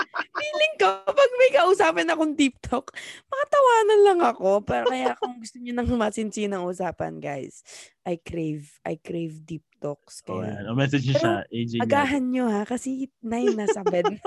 Feeling ko, pag may kausapin akong deep talk, makatawanan lang ako. Pero kaya kung gusto niyo nang masinsin ng usapan, guys, I crave, I crave deep talks. Oh, Kaya, yan. O message niya Pero, siya, AJ. Nato. agahan niyo ha, kasi nine na sa bed.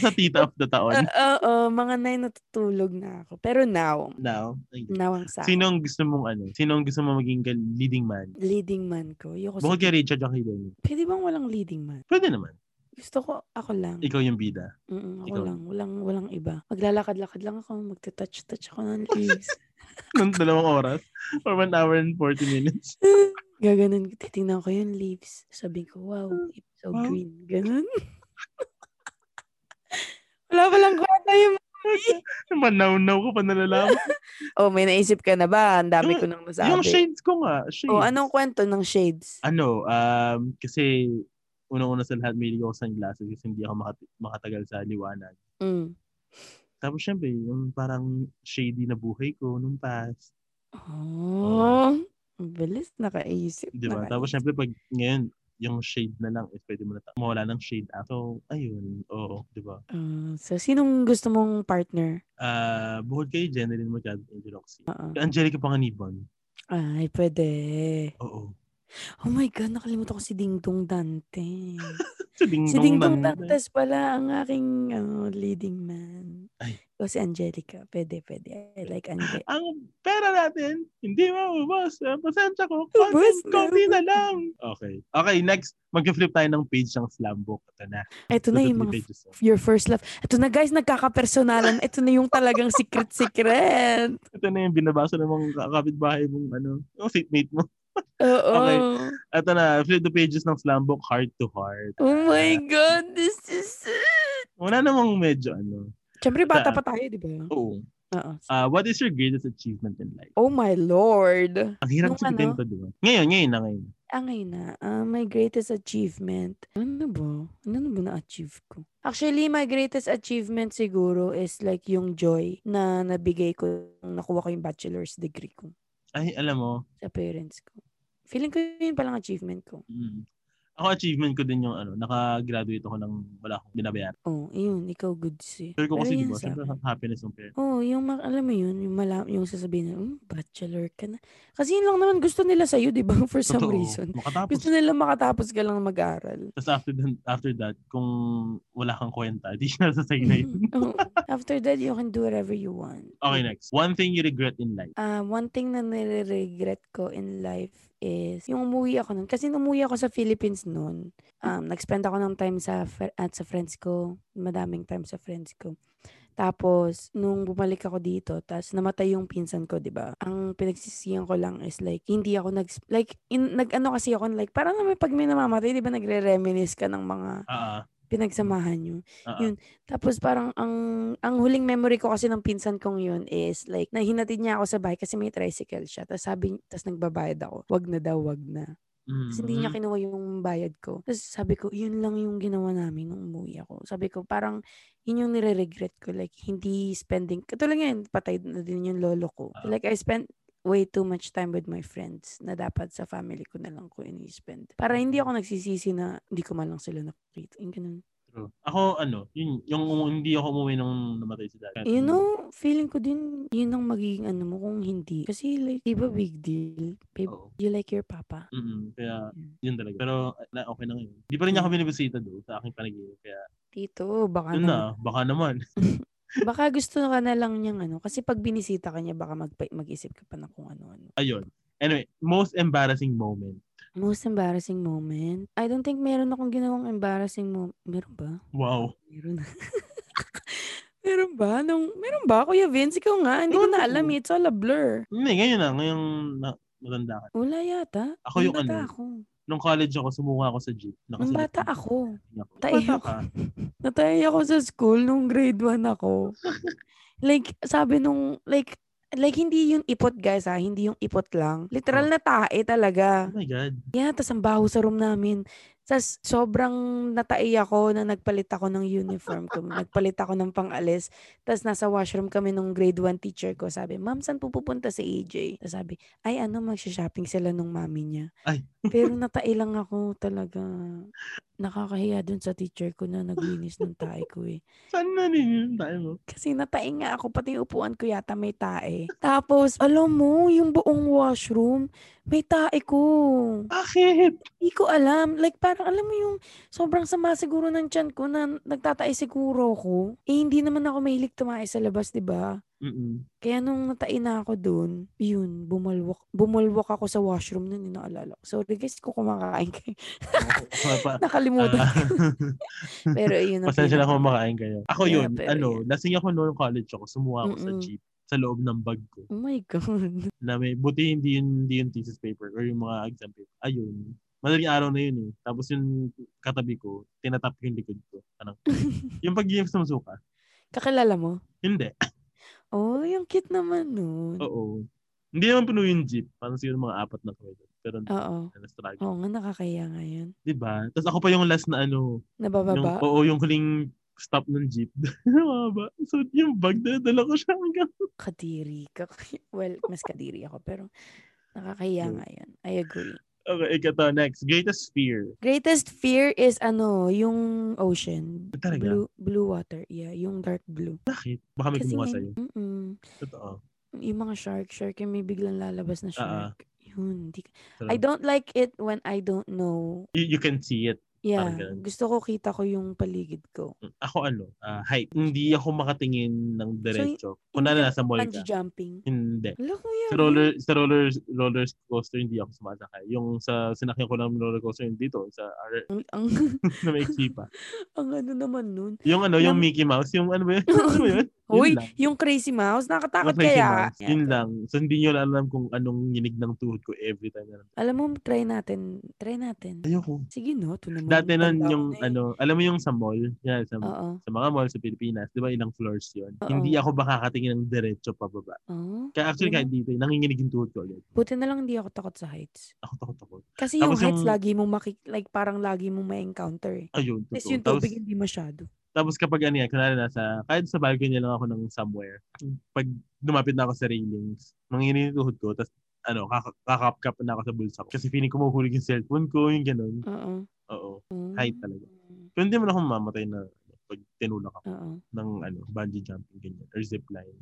Sa tita of the taon. Oo, oo, mga nine natutulog na ako. Pero now, Now. now ang sa Sino ang gusto mong ano? Sino ang gusto mong maging gal- leading man? leading man ko. Ayoko Bukod sa... kay Richard at kay Denny. Pwede bang walang leading man? Pwede naman. Gusto ko, ako lang. Ikaw yung bida. Mm, ako Ikaw. lang. Walang, walang iba. Maglalakad-lakad lang ako. Magta-touch-touch ako ng leaves. Ng dalawang oras. For one hour and 40 minutes. Gaganon. Titingnan ko yung leaves. Sabi ko, wow, it's so Wow. green. Ganon. Wala palang kwenta yung movie. Manaw-naw ko pa nalalaman. Oh, may naisip ka na ba? Ang dami Yung- ko nang nasabi. yung shades ko nga. Shades. Oh, anong kwento ng shades? ano, um, kasi unang-una sa lahat, may ako sunglasses kasi hindi ako makat- makatagal sa liwanag. Mm. Tapos syempre, yung parang shady na buhay ko nung past. Oh. Ang Bilis, nakaisip. Di ba? nakaisip. Tapos syempre, pag ngayon, yung shade na lang, eh, pwede mo na ta- mawala ng shade out. So, ayun, oo, di ba? Ah, so, sinong gusto mong partner? Ah, bukod kay Jenelyn Mercado and Roxy. Oo. Angelica Panganiban. Ay, pwede. Oo. Oh my God, nakalimutan ko si Ding Dong Dante. Si Ding si Ding Dong Dong Nan- Dantes pala ang aking ano, leading man. Ay. O si Angelica. Pwede, pwede. I like Angelica. Ang pera natin, hindi maubos. Ang Pasensya ko. Ubos Ubus na, Konti na ubos na. lang. Okay. Okay, next. Mag-flip tayo ng page ng slam book. Ito na. Ito na yung mga pages. na. f- your first love. Ito na guys, nagkakapersonalan. Ito na yung talagang secret-secret. Ito na yung binabasa ng mga ka- kapitbahay mong ano, yung seatmate mo. Oo. Okay. Ito na, flip the pages ng slam book, heart to heart. Oh my God, this is it. Wala namang medyo ano. Siyempre, bata Saan? pa tayo, di ba? Oo. Oo. Ah, what is your greatest achievement in life? Oh my Lord. Ang hirap Nung sagutin ano? to, di ba? Ngayon, ngayon na ngayon. Ah, ngayon na. Ah, my greatest achievement. Ano ba? Ano na ba na-achieve ko? Actually, my greatest achievement siguro is like yung joy na nabigay ko nung nakuha ko yung bachelor's degree ko Ay, alam mo, sa parents ko. Feeling ko yun palang achievement ko. mm, ako achievement ko din yung ano, naka-graduate ako ng wala akong binabayaran. Oh, yun. Ikaw good si. Pero ko kasi, di yun ba, sa syempre, akin. happiness ng parents. Oh, yung ma- alam mo yun, yung, mala- yung sasabihin na, "Mm, bachelor ka na. Kasi yun lang naman gusto nila sa'yo, di ba? For some Totoo, reason. Makatapos. Gusto nila makatapos ka lang mag-aral. Tapos after, that- after that, kung wala kang kwenta, di siya sasay na yun. Oo. Oh, After that, you can do whatever you want. Okay, next. One thing you regret in life. Ah, one thing na nire-regret ko in life is yung umuwi ako nun. Kasi nung umuwi ako sa Philippines nun. Um, nag-spend ako ng time sa, fr- at sa friends ko. Madaming time sa friends ko. Tapos, nung bumalik ako dito, tapos namatay yung pinsan ko, di ba? Ang pinagsisiyan ko lang is like, hindi ako nag... Like, in, nag-ano kasi ako, like, parang naman pag may namamatay, di ba nagre-reminis ka ng mga Ah, pinagsamahan nyo. ah, ah, Yun. Tapos parang ang ang huling memory ko kasi ng pinsan kong yun is like nahinatid niya ako sa bahay kasi may tricycle siya. Tapos sabi tapos nagbabayad ako. Wag na daw, wag na. mm, Kasi hindi niya kinuha yung bayad ko. Tapos sabi ko, yun lang yung ginawa namin nung umuwi ako. Sabi ko, parang yun yung nire-regret ko. Like, hindi spending. Katulad ngayon, patay na din yung lolo ko. Ah. Like, I spent way too much time with my friends na dapat sa family ko na lang ko ini-spend. Para hindi ako nagsisisi na hindi ko man lang sila nakita. Yung ganun. true. Ako, ano, yun, yung um, hindi ako umuwi nung namatay si dad. You know, feeling ko din, yun ang magiging ano mo kung hindi. Kasi like, di ba big deal? Babe, Oo. you like your papa? Mm, kaya, Mm. yun talaga. Pero, na, okay na ngayon. Hindi pa rin niya ako binibisita doon sa aking panaginip. Kaya, Tito, baka yun naman- na, baka naman. Baka gusto ka na lang niyang ano. Kasi pag binisita ka niya, baka magpa- mag-isip ka pa na kung ano-ano. Ayun. Anyway, most embarrassing moment. Most embarrassing moment? I don't think meron akong ginawang embarrassing moment. Meron ba? Wow. Meron. meron ba? Nung, meron ba? Kuya Vince, ikaw nga. Hindi ko Meron na ako. alam. eh. It's all a blur. Hindi, ngayon na. Ngayong na, matanda ka. Wala yata. Ako Nung yung bata ano. Ako. Nung college ako, sumuka ako sa jeep. Nung Nakasilip bata yung ako. jeep ako. Tayo. Bata ka. Natay ako sa school nung grade 1 ako. like, sabi nung, like, like hindi yung ipot guys ha, hindi yung ipot lang. Literal na tae talaga. Oh my God. Yeah, tas ang baho sa room namin. Tas sobrang natai ako na nagpalit ako ng uniform ko. nagpalit ako ng pangalis. Tas nasa washroom kami nung grade 1 teacher ko. Sabi, ma'am, saan po pupunta si AJ? Tas sabi, ay ano, magsha-shopping sila nung mami niya. Ay. Pero natai lang ako talaga. Nakakahiya dun sa teacher ko na naglinis ng tae ko eh. Saan na rin yung tayo mo? Kasi natai nga ako, pati yung upuan ko yata may tae. Tapos, alam mo, yung buong washroom, may tae ko. Bakit? Hindi ko alam. Like, parang alam mo yung sobrang sama siguro ng tiyan ko na nagtatae siguro ko. Eh, hindi naman ako mahilig tumae sa labas, di ba? Mm-mm. Kaya nung natain na ako doon, yun, bumalwak, bumalwak ako sa washroom nun, yung naalala ko. Sorry guys, kung kumakain kayo. Ako- pa- Nakalimutan. Ah. ko. Pero yun. ang Pasensya na pinaka- kung makain kayo. Ako Yeah, yun, pero ano, lasing ako noong college ako, sumuha ako sa Mm-mm. jeep sa loob ng bag ko. Oh my God. Na may, buti hindi yun, hindi yung thesis paper or yung mga exam paper. Ayun. Madaling araw na yun eh. Tapos yung katabi ko, tinatap ko yung likod ko. Parang, yung pag yung sumusuka. Kakilala mo? Hindi. Oh, yung cute naman nun. Oo. Hindi naman puno yung jeep. Parang siguro mga apat na kami. doon. Pero hindi Oo. na struggle. Oo nga, nakakaya nga yun. Diba? Tapos ako pa yung last na ano. Nung, Nabababa. oo, yung huling stop ng jeep. Mababa. so yung bag na dala ko siya hanggang. Kadiri ka. Well, mas kadiri ako, pero nakakaya Mm. nga yun. I agree. Okay, ikaw to. Next. Greatest fear. Greatest fear is ano, yung ocean. Talaga? Blue, blue water. Yeah, yung dark blue. Bakit? Baka may Kasi kumuha may- sa'yo. Mm-mm. Totoo. yung mga shark, shark yung may biglang Ah, lalabas na shark. Yun, di, Sarap. I don't like it when I don't know. You, you can see it. Yeah, ganun. gusto ko kita ko yung paligid ko. Ako ano, ah, height. Hindi ako makatingin ng diretso. Kung hindi na ka nasa mall ka. Bungee jumping. Hindi. Wala ko yan. Sa roller, sa roller, roller coaster, hindi ako sumasakay. Yung sa sinakyan ko ng roller coaster, yung dito, sa R- Ang, ang, na may pa. ang ano naman nun. Yung ano, yung Nam- Mickey Mouse, yung ano ba yun? ano ba yun? Hoy, lang. yung crazy mouse, Yung nakatakot Mickey kaya. Mouse. Yun lang. So, hindi nyo alam kung anong yinig ng tuhod ko every time. na- Alam mo, try natin. Try natin. Ayoko. Sige no, ito naman. Dati nun tanda ko yung na eh. ano, alam mo yung sa mall, yeah, sa, Oo. sa mga mall sa Pilipinas, 'di ba ilang floors 'yon. Oo. Hindi ako makakatingin ng diretso pababa. Oo. Kaya actually Yun. kahit dito, nanginginig yung tuhod ko agad. Buti na lang hindi ako takot sa heights. Ako takot ako. Kasi yung Tapos heights, yung- lagi mong maki, like, parang lagi mong ma-encounter eh. Ayun, Tapos totoo. yung Tapos, tubig, hindi masyado. tapos kapag ano yan, kunwari nasa, kahit sa balcony lang ako ng somewhere, pag lumapit na ako sa railings, manginginig yung tuhod ko, tapos ano, kaka- kakapkap na ako sa bulsa ko. Kasi feeling ko mahuhulog yung cellphone ko, yung ganun. Oo. Oo. Mm. Height talaga. Pero hindi man ako mamatay na ano, pag tinulak ako Oo. ng ano, bungee jumping, ganyan, or zipline.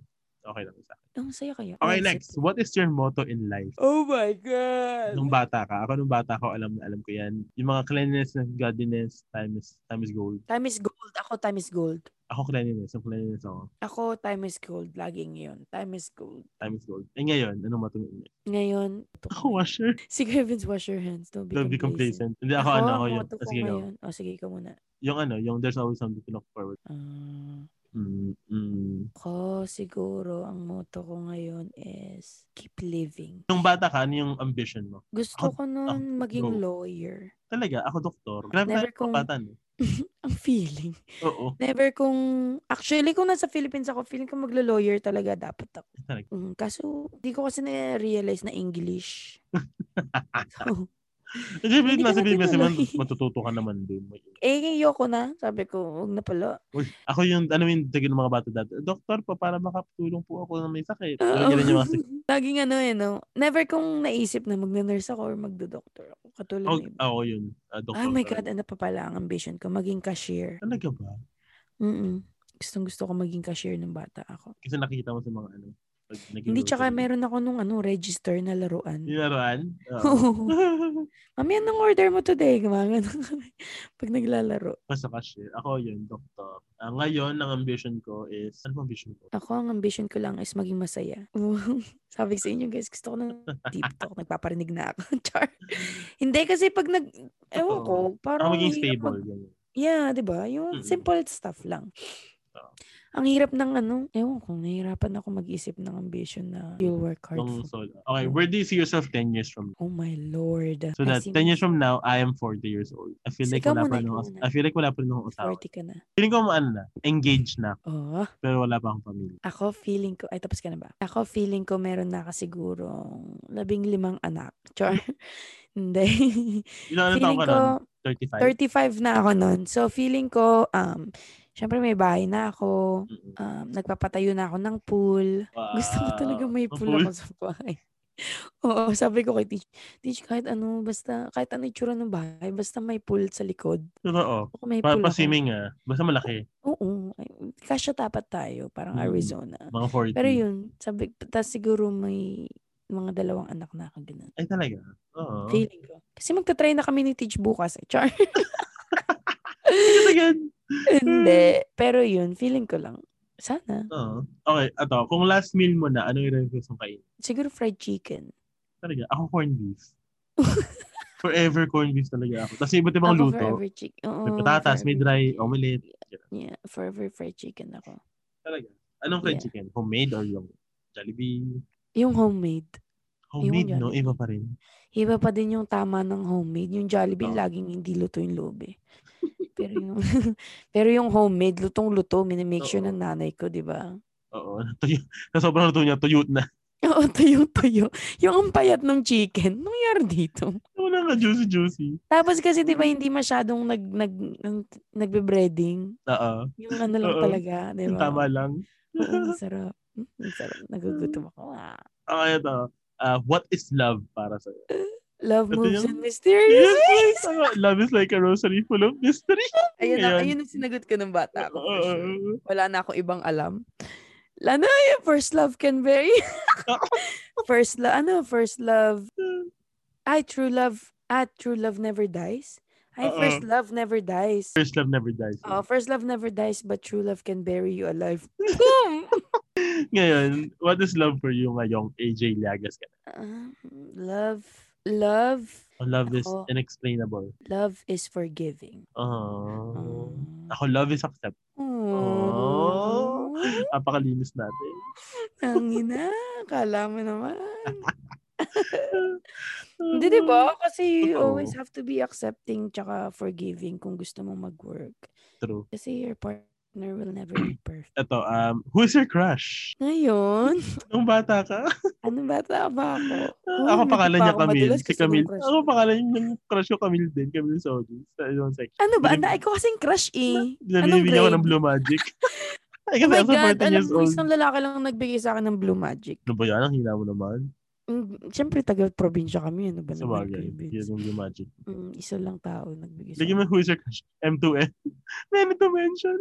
Okay lang sa akin. Ang saya kaya. Okay, Ay, next. sip. What is your motto in life? Oh my God! nung bata ka, ako nung bata ko, alam na alam ko yan. Yung mga cleanliness and godliness, time is, time is gold. Time is gold. Ako, time is gold. Ako cleanliness, ang cleanliness ako, Ako, time is gold. Laging yun. Time is gold. time is gold. Eh ngayon, anong matungin niya? Ngayon, ito ko Ako washer. Sige, Evans, wash your hands. Don't be, Don't be complacent. Hindi ako, ano, ako yun. motto Ah, ko Sige, ikaw. ngayon. O, sige, ikaw muna. Yung ano, yung there's always something to look forward. Ah, Mm, mm. ako, siguro, ang motto ko ngayon is keep living. Nung bata ka, ano yung ambition mo? Gusto Ako- ko nun ako- maging go. lawyer. Talaga, ako doktor. Grabe Never tayo kong... kong- bata, no? ang feeling. Oo, Never kung, actually, kung nasa Philippines ako, feeling ko maglo-lawyer talaga dapat ako. talaga. Mm, kaso, di ko kasi na-realize na English. so, Kasi Hindi wait, ka nasa na Pilipinas naman, tinuloy. matututo ka naman dun. May- eh, yoko na. Sabi ko, huwag na pala. Uy, ako yung, ano yung tagin ng mga bata dati? Doktor po, para makatulong po ako na may sakit. Oo. Uh, Ganun yung mga Laging ano eh, no? Never kong naisip na magne-nurse ako or magdo-doctor ako. Katulad Oh, na iba. ako yun. Ah, doktor. eh. Oh my ka. God, ano pa pala ang ambition ko? Maging cashier. Talaga ba? Mm Gustong gusto ko maging cashier ng bata ako. Kasi nakikita mo sa mga ano. Pag naging Hindi, tsaka grocery. meron ako nung ano, register na laruan. Yung laruan? Oo. Oo. Mami, anong order mo today? Gumaga kami. Pag naglalaro. Basta cashier. eh. Ako yun, doktor. Ah, ngayon, ang ambition ko is, ano ang ambition ko? Ako, ang ambition ko lang is maging masaya. Sabi ko sa inyo, guys, gusto ko ng deep talk. Nagpaparinig na ako. Char. Hindi, kasi pag nag... Ewan ko, Totoo. parang... Ako maging ang hirap stable. mag- ganyan. yeah, di ba? Yung Mm-mm. simple stuff lang. Oo. Ang hirap ng ano, ewan ko, nahihirapan ako mag-isip ng ambition na you'll work hard Yung for. soul. Okay, where do you see yourself 10 years from now? Oh my lord. So that, 10 years from now, I am 40 years old. I feel So, like ikaw wala pa rin muna, ikaw akong, muna. I feel like wala pa rin akong asawa. 40 ka na. Feeling ko maano na, engaged na, ako, Oh. pero wala pa akong pamilya. Ako feeling ko, ay tapos ka na ba? Ako feeling ko meron na ka sigurong labing limang anak. Char. Hindi. Ilang ano taong feeling ka ko, nun? 35? 35 na ako nun. So feeling ko, um, syempre may bahay na ako. Mm-mm. Um, nagpapatayo na ako ng pool. Gusto ko talaga Wow. may pool ako sa bahay. Oo, sabi ko kay Teach, Teach, kahit ano, basta, kahit ano itsura ng bahay, basta may pool sa likod. Totoo. Ako may Pa pool ako. pa-swimming ah. Basta malaki. Oo. ay, Kasya dapat tayo, parang Mm. Arizona. Mga 40. Pero yun, sabi, tas siguro may mga dalawang anak na ako ganun. Ay talaga. Oo. Feeling ko. Kasi magta-try na kami ni Teach bukas. Eh. Hmm. Char. Yun again. Hindi. Pero yun, feeling ko lang. Sana. Oo. Okay, ato. Kung last meal mo na, ano yung refuse mong kainin? Siguro fried chicken. Talaga, ako corn beef. forever corn beef talaga ako. Tapos yung iba't ibang Ako luto. forever chicken. Oo, May patatas, may forever dry, chicken. omelette. Yeah, forever fried chicken ako. Talaga. Anong fried Yeah. chicken? Homemade or yung Jollibee? Yung homemade. Homemade, Yung no? Jollibee. Iba pa rin. Iba pa din yung tama ng homemade. Yung Jollibee, Oo. laging hindi luto yung loob eh. Pero yung, pero yung homemade, lutong-luto, minimake sure Oo. ng nanay ko, di ba? Oo. Tuyo. Sa sobrang luto niya, tuyot na. Oo, tuyo-tuyo. Yung ang payat ng chicken, nangyari dito. Wala nga, juicy-juicy. Tapos kasi di Mm. ba hindi masyadong nag, nag, nag, nagbe-breading. Oo. Yung ano lang Oo. talaga, di Yung ba? tama lang. Oo, ang sarap. Mm, Ang sarap. Nagugutom ako. Ah. Okay, ito. Ah, what is love para sa'yo? Love Ito moves yung- in mysterious Yes, yes. Tama. Love is like a rosary full of mystery. Ayun, Ayan. na, ayun ang sinagot ko ng bata ako. for sure. Oo. Wala na akong ibang alam. Lano, yung first love can vary. first love, ano, first love. I true love, at true love never dies. I Oo. first love never dies. First love never dies. Oh, first love never dies, but true love can bury you alive. Ngayon, what is love for you ngayong AJ Liagas ka? na? Um, love, love, Oh, love is Ako. inexplainable. love is forgiving. Oh. Um, Ako, love is accept. Oh. Napakalinis natin. Ang ina, kala mo naman. Hindi, di ba? Kasi you Mm. Totoo. always have to be accepting tsaka forgiving kung gusto mong mag-work. True. Kasi your partner partner will never be perfect. Ito, um, who's your crush? Ngayon, Nung bata ka? Ah, ano bata ba ako? Oo, ako hindi pangalan pa niya ako Camille. madulas Si kasi nung Camille. crush eh. Ako ko. pangalan niya crush ko Camille din. Camille Sogis. Sa ibang section. Ano ba? Binib- Ang dahil ko kasing crush eh. Anong Nabibigyan ko grade? ng Blue Magic. Ay, Oh kasi my ako 14 God, alam years mo, old. isang lalaki lang nagbigay sa akin ng Blue Magic. Ano ba yan? Ang hina mo naman. Mm, Siyempre, taga-probinsya kami. Ano ba Sa naman? bagay. Philippines? Yan yung Blue Magic. Mm, isa lang tao nagbigay sa Lagyan akin. mo who's your crush? M2N. Many ano to mention.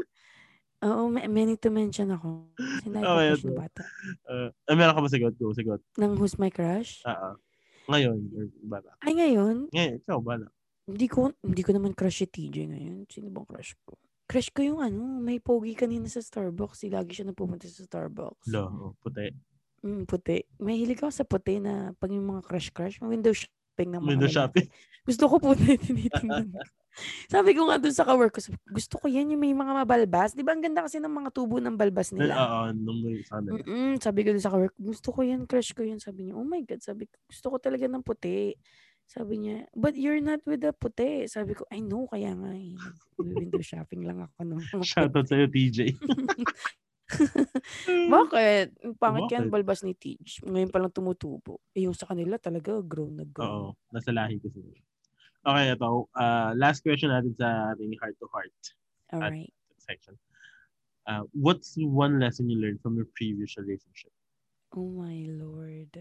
Oo, ma- many to mention ako. Sinabi Okay, ko ito. siya bata. Uh, meron ka ba sagot? Go, sagot. Nang Who's My Crush? Oo. Ngayon, or bala. Ay, ngayon, Ngayon, ikaw, bala. hindi ko, hindi ko naman crush si TJ ngayon. Sino bang crush ko? Crush ko yung ano, may pogi kanina sa Starbucks. Eh, lagi siya napupunta sa Starbucks. Lo, oh, puti. Mm, puti. Mahilig ako sa puti na pag yung mga crush-crush, window shopping ng mga Window lalaki. shopping. Gusto ko puti tinitingnan ko. Sabi ko nga dun sa kawork ko, sabi ko, gusto ko yan yung may mga mabalbas. Di ba ang ganda kasi ng mga tubo ng balbas Nila. nila? Oo, nung may sana. Mm-mm, sabi ko dun sa kawork, gusto ko yan, crush ko yun. Sabi niya, oh my God, sabi ko, gusto ko talaga ng puti. Sabi niya, but you're not with the puti. Sabi ko, I know, kaya nga eh. Window shopping lang ako. ng mga Shoutout sa'yo, TJ. Bakit? Ang pangit yan, Bakit? balbas ni Tej. Ngayon palang tumutubo. Eh, yung sa kanila talaga, grown na grown. Oo, nasa lahi kasi. Okay, ito. Uh, last question natin sa ating heart-to-heart Alright. section. Uh, what's one lesson you learned from your previous relationship Oh my lord.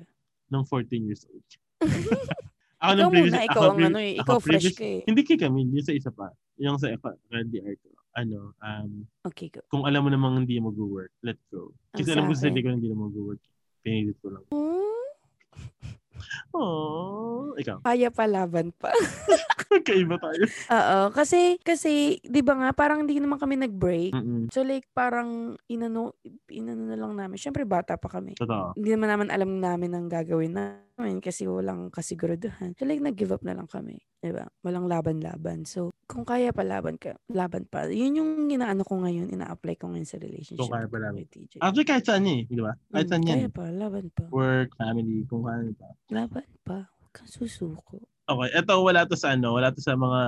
nung 14 years old? ikaw nung previous- muna, ikaw ang pre- ano eh. ako Ikaw fresh previous- ka eh. Hindi kay Camille, yung sa isa pa. Yung sa ako, Randy Arco. Ano, um, Okay, go. kung alam mo namang hindi mag-work, let go. Kasi alam Ang ko sa sa hindi akin. ko na hindi na mag-work. Pinilit ko lang. Hmm? Oh, ikaw. Kaya palaban pa. Kaiba tayo. Oo. Kasi, kasi, di ba nga, parang hindi naman kami nag-break. Mm-mm. So like, parang inano, inano na lang namin. Siyempre, bata pa kami. Totoo. hindi naman naman alam namin ang gagawin namin kasi walang kasiguraduhan. So like, nag-give up na lang kami. Diba? Walang laban-laban. So, kung kaya pa laban ka, laban pa. Yun yung inaano ko ngayon, ina-apply ko ngayon sa relationship. Kung kaya pa ko laban. with TJ. Actually, kahit saan niya eh. Di ba? Kahit Mm, saan yan. Kaya pa, laban pa. Work, family, kung ano pa. Laban pa. Huwag kang susuko. Okay, ito wala to sa ano, wala to sa mga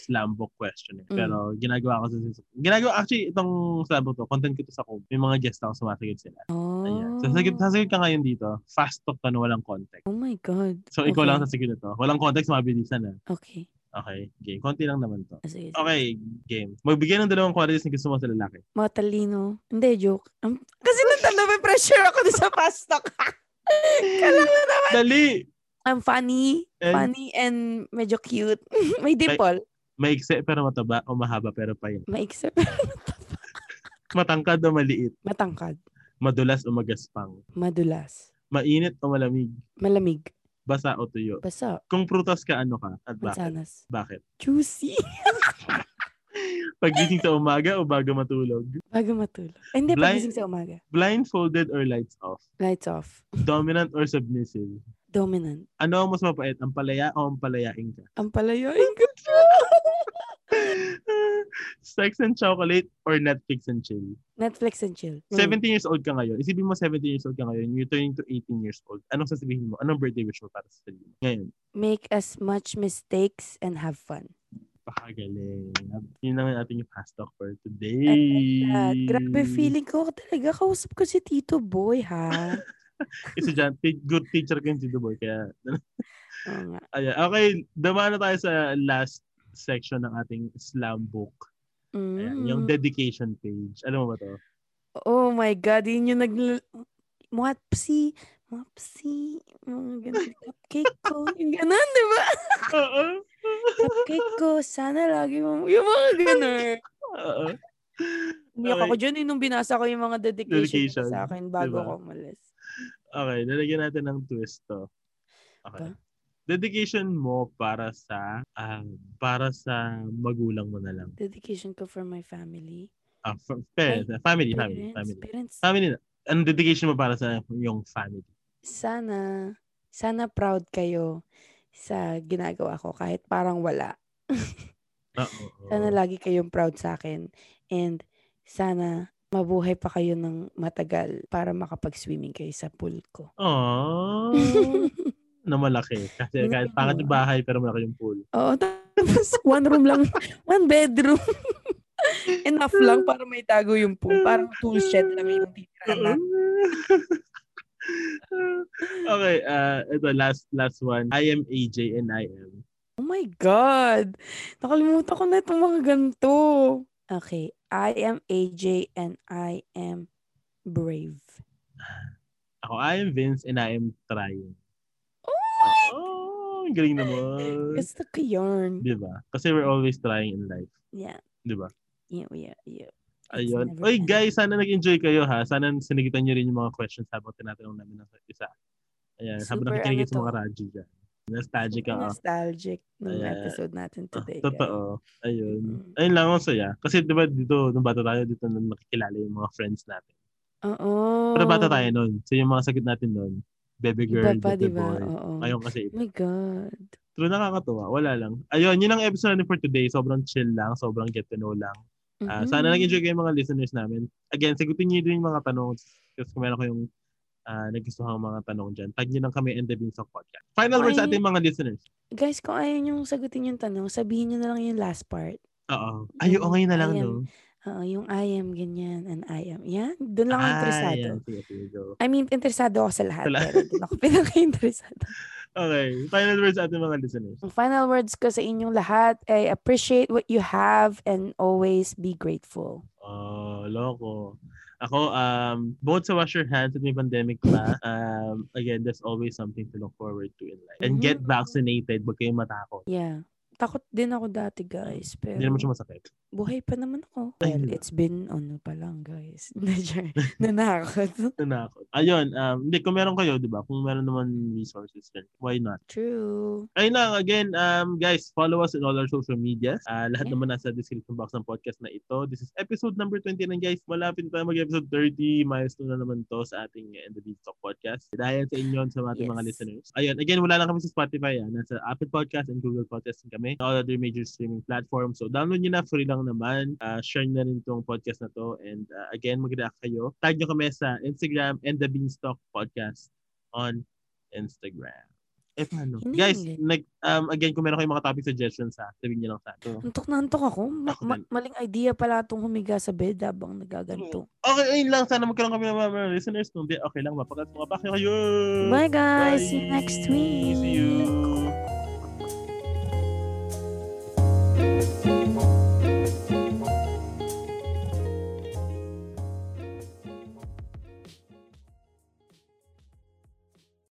slam book question. eh. Mm. Pero ginagawa ko sa ginagawa actually itong slam book to, content ko to sa Kobe. May mga guest ako sumasagot sila. Oh. Ayan. Sasagot, sasagot ka ngayon dito. Fast talk ka na walang context. Oh my God. So ikaw Okay. lang sasagot nito. Walang context, mabilisan na. Okay. Okay, game. Konti lang naman to. Ah, Sige, sige. Okay, game. Magbigay ng dalawang qualities na gusto mo sa lalaki. Matalino. Hindi, joke. Um, kasi nung may pressure ako dun sa fast talk. Kala ko naman. Dali! I'm funny. And- funny and medyo cute. May dimple. Maikse pero mataba o mahaba pero payat. Maiksa. Matangkad o maliit. Matangkad. Madulas o magaspang. Madulas. Mainit o malamig. Malamig. Basa o tuyo. Basa. Kung prutas ka, ano ka? At bakit? Mansanas. Bakit? Juicy. Pagising sa umaga o bago matulog? Bago matulog. Ay, Hindi, Blind- pagising sa umaga. Blindfolded or lights off? Lights off. Dominant or submissive? Dominant. Ano ang mas mapait? Ang palaya o ang palayain ka? Ang palayoin ko. Sex and chocolate or Netflix and chill? Netflix and chill. Mm. 17 years old ka ngayon. Isipin mo 17 years old ka ngayon. You're turning to 18 years old. Anong sasabihin mo? Anong birthday wish mo para sa sarili mo? Ngayon. Make as much mistakes and have fun. Pakagaling. Yun naman ating past talk for today. At Ah, Mm. grabe feeling ko talaga kausap ko si Tito Boy ha. Kasi dyan, t- good teacher ka yung si Duboy. Kaya Oo nga. Ayan. Okay, dumaan na tayo sa last section ng ating slam book. Ayan, Mm. Yung dedication page. Alam mo ba to? Oh my God, yun yung nag... Mwapsi, mwapsi, mga ganun. Cupcake ko, yung ganun, di ba? Oo. Cupcake ko, sana lagi mo, yung mga ganun. Oo. Umiyak Okay. ako dyan eh, nung binasa ko yung mga dedication, Dedication, diba? nila sa akin di bago ba? ako umalis. Okay, lalagyan natin ng twist to. Okay. Ba? Dedication mo para sa ah, para sa magulang mo na lang. Dedication ko for my family. Ah, fa- parents, Ay, family, family, Parents, family. parents, Family na. Anong dedication mo para sa yung family? sana, sana proud kayo sa ginagawa ko kahit parang wala. Ah, Oo. Sana lagi kayong proud sa akin. And sana mabuhay pa kayo ng matagal para makapag-swimming kayo sa pool ko. Oh. na malaki. Kasi Yun kahit ang pangat ginawa. yung bahay pero malaki yung pool. Oo, tapos one room lang. One bedroom. Enough lang para may tago yung po. Parang tool shed lang yung titirahan natin. okay, uh, ito, last, last one. I am AJ and I am. Oh my God! Nakalimutan ko na itong mga ganito. Okay. I am AJ and I am brave. Ako, I am Vince and I am trying. Oh my! Oh, ang galing naman. Gusto ko yarn. Di ba? Kasi we're always trying in life. Yeah. Di ba? Yeah, yeah, yeah. It's Ayun. never Oy, ending. guys, sana nag-enjoy kayo ha. Sana sinigitan nyo rin yung mga questions habang tinatanong namin ng isa. Ayan, habang Super nakikinig ano sa mga to. radyo dyan. Nostalgic ka. ah. Nostalgic ng Ayan. episode natin Ah, today. guys. totoo. Ayun. Mm. Ayun lang ang saya. Kasi di ba dito, nung bata tayo, dito nung nakikilala yung mga friends natin. Oo. Pero bata tayo nun. So yung mga sakit natin nun, baby girl, Iba pa, baby di ba? boy. Oo. Ngayon kasi Oh my God. True, nakakatuwa. Wala lang. Ayun, yun ang episode natin for today. Sobrang chill lang. Sobrang get to know lang. Ah, Sana Mhm. nag-enjoy kayo mga listeners namin. Again, sagutin niyo din yung mga tanong. Kasi kung meron kayong ah, nagustuhan mga tanong dyan, tag niyo lang kami and the Beans of Podcast. Final words sa Ay. ating mga listeners. Guys, kung ayaw niyong sagutin yung tanong, sabihin niyo na lang yung last part. Oo. Ay, oo, ngayon na lang, Ayan. no? Oo, yung I am ganyan and I am. Yan, doon lang ako Ah, interesado. ayan. Sige, sige, go. I mean, interesado ako sa lahat. Sa lahat. pero doon ako pinaka-interesado. Okay. Final words sa ating mga listeners. Ang final words ko sa inyong lahat ay appreciate what you have and always be grateful. Oh, loko. Ako, um, both sa wash your hands at may pandemic pa, um, again, there's always something to look forward to in life. And get Mhm. vaccinated. Huwag kayong matakot. Yeah. Takot din ako dati, guys. Pero Hindi naman siya masakit. buhay pa naman ako. Ay, Well, hindi. it's been ano pa lang, guys. Medyo Nanakot. Nanakot. Ayun, um, hindi, kung meron kayo, di ba? Kung meron naman resources, then why not? True. Ayun lang, again, um, guys, follow us in all our social medias. Ah, lahat Yeah. naman nasa description box ng podcast na ito. This is episode number 29, guys. Malapit na tayo mag-episode 30. Milestone na naman to sa ating eh, End the Beat Talk podcast. Dahil sa inyo, sa ating mga Yes. listeners. Ayun, again, wala lang kami sa Spotify. Ah. Nasa Apple Podcast and Google Podcast din kami. All other major streaming platforms. So, download nyo na. Free lang naman. Ah, share nyo na rin itong podcast na to. And ah, again, mag-react kayo. Tag nyo kami sa Instagram and the Beanstalk Podcast on Instagram. Eh, paano? Hindi, Guys, hindi. nag, um, again, kung meron kayong mga topic suggestions, ha, sabihin niyo lang sa ato. Antok na antok ako. Ma- Ako ma- din. maling idea pala itong humiga sa bed habang nagaganto. Okay, ayun lang. Sana magkaroon kami ng mga mga listeners. Kung di, okay lang. Mapakas mga bakyo kayo. Bye guys! See you next week! See you.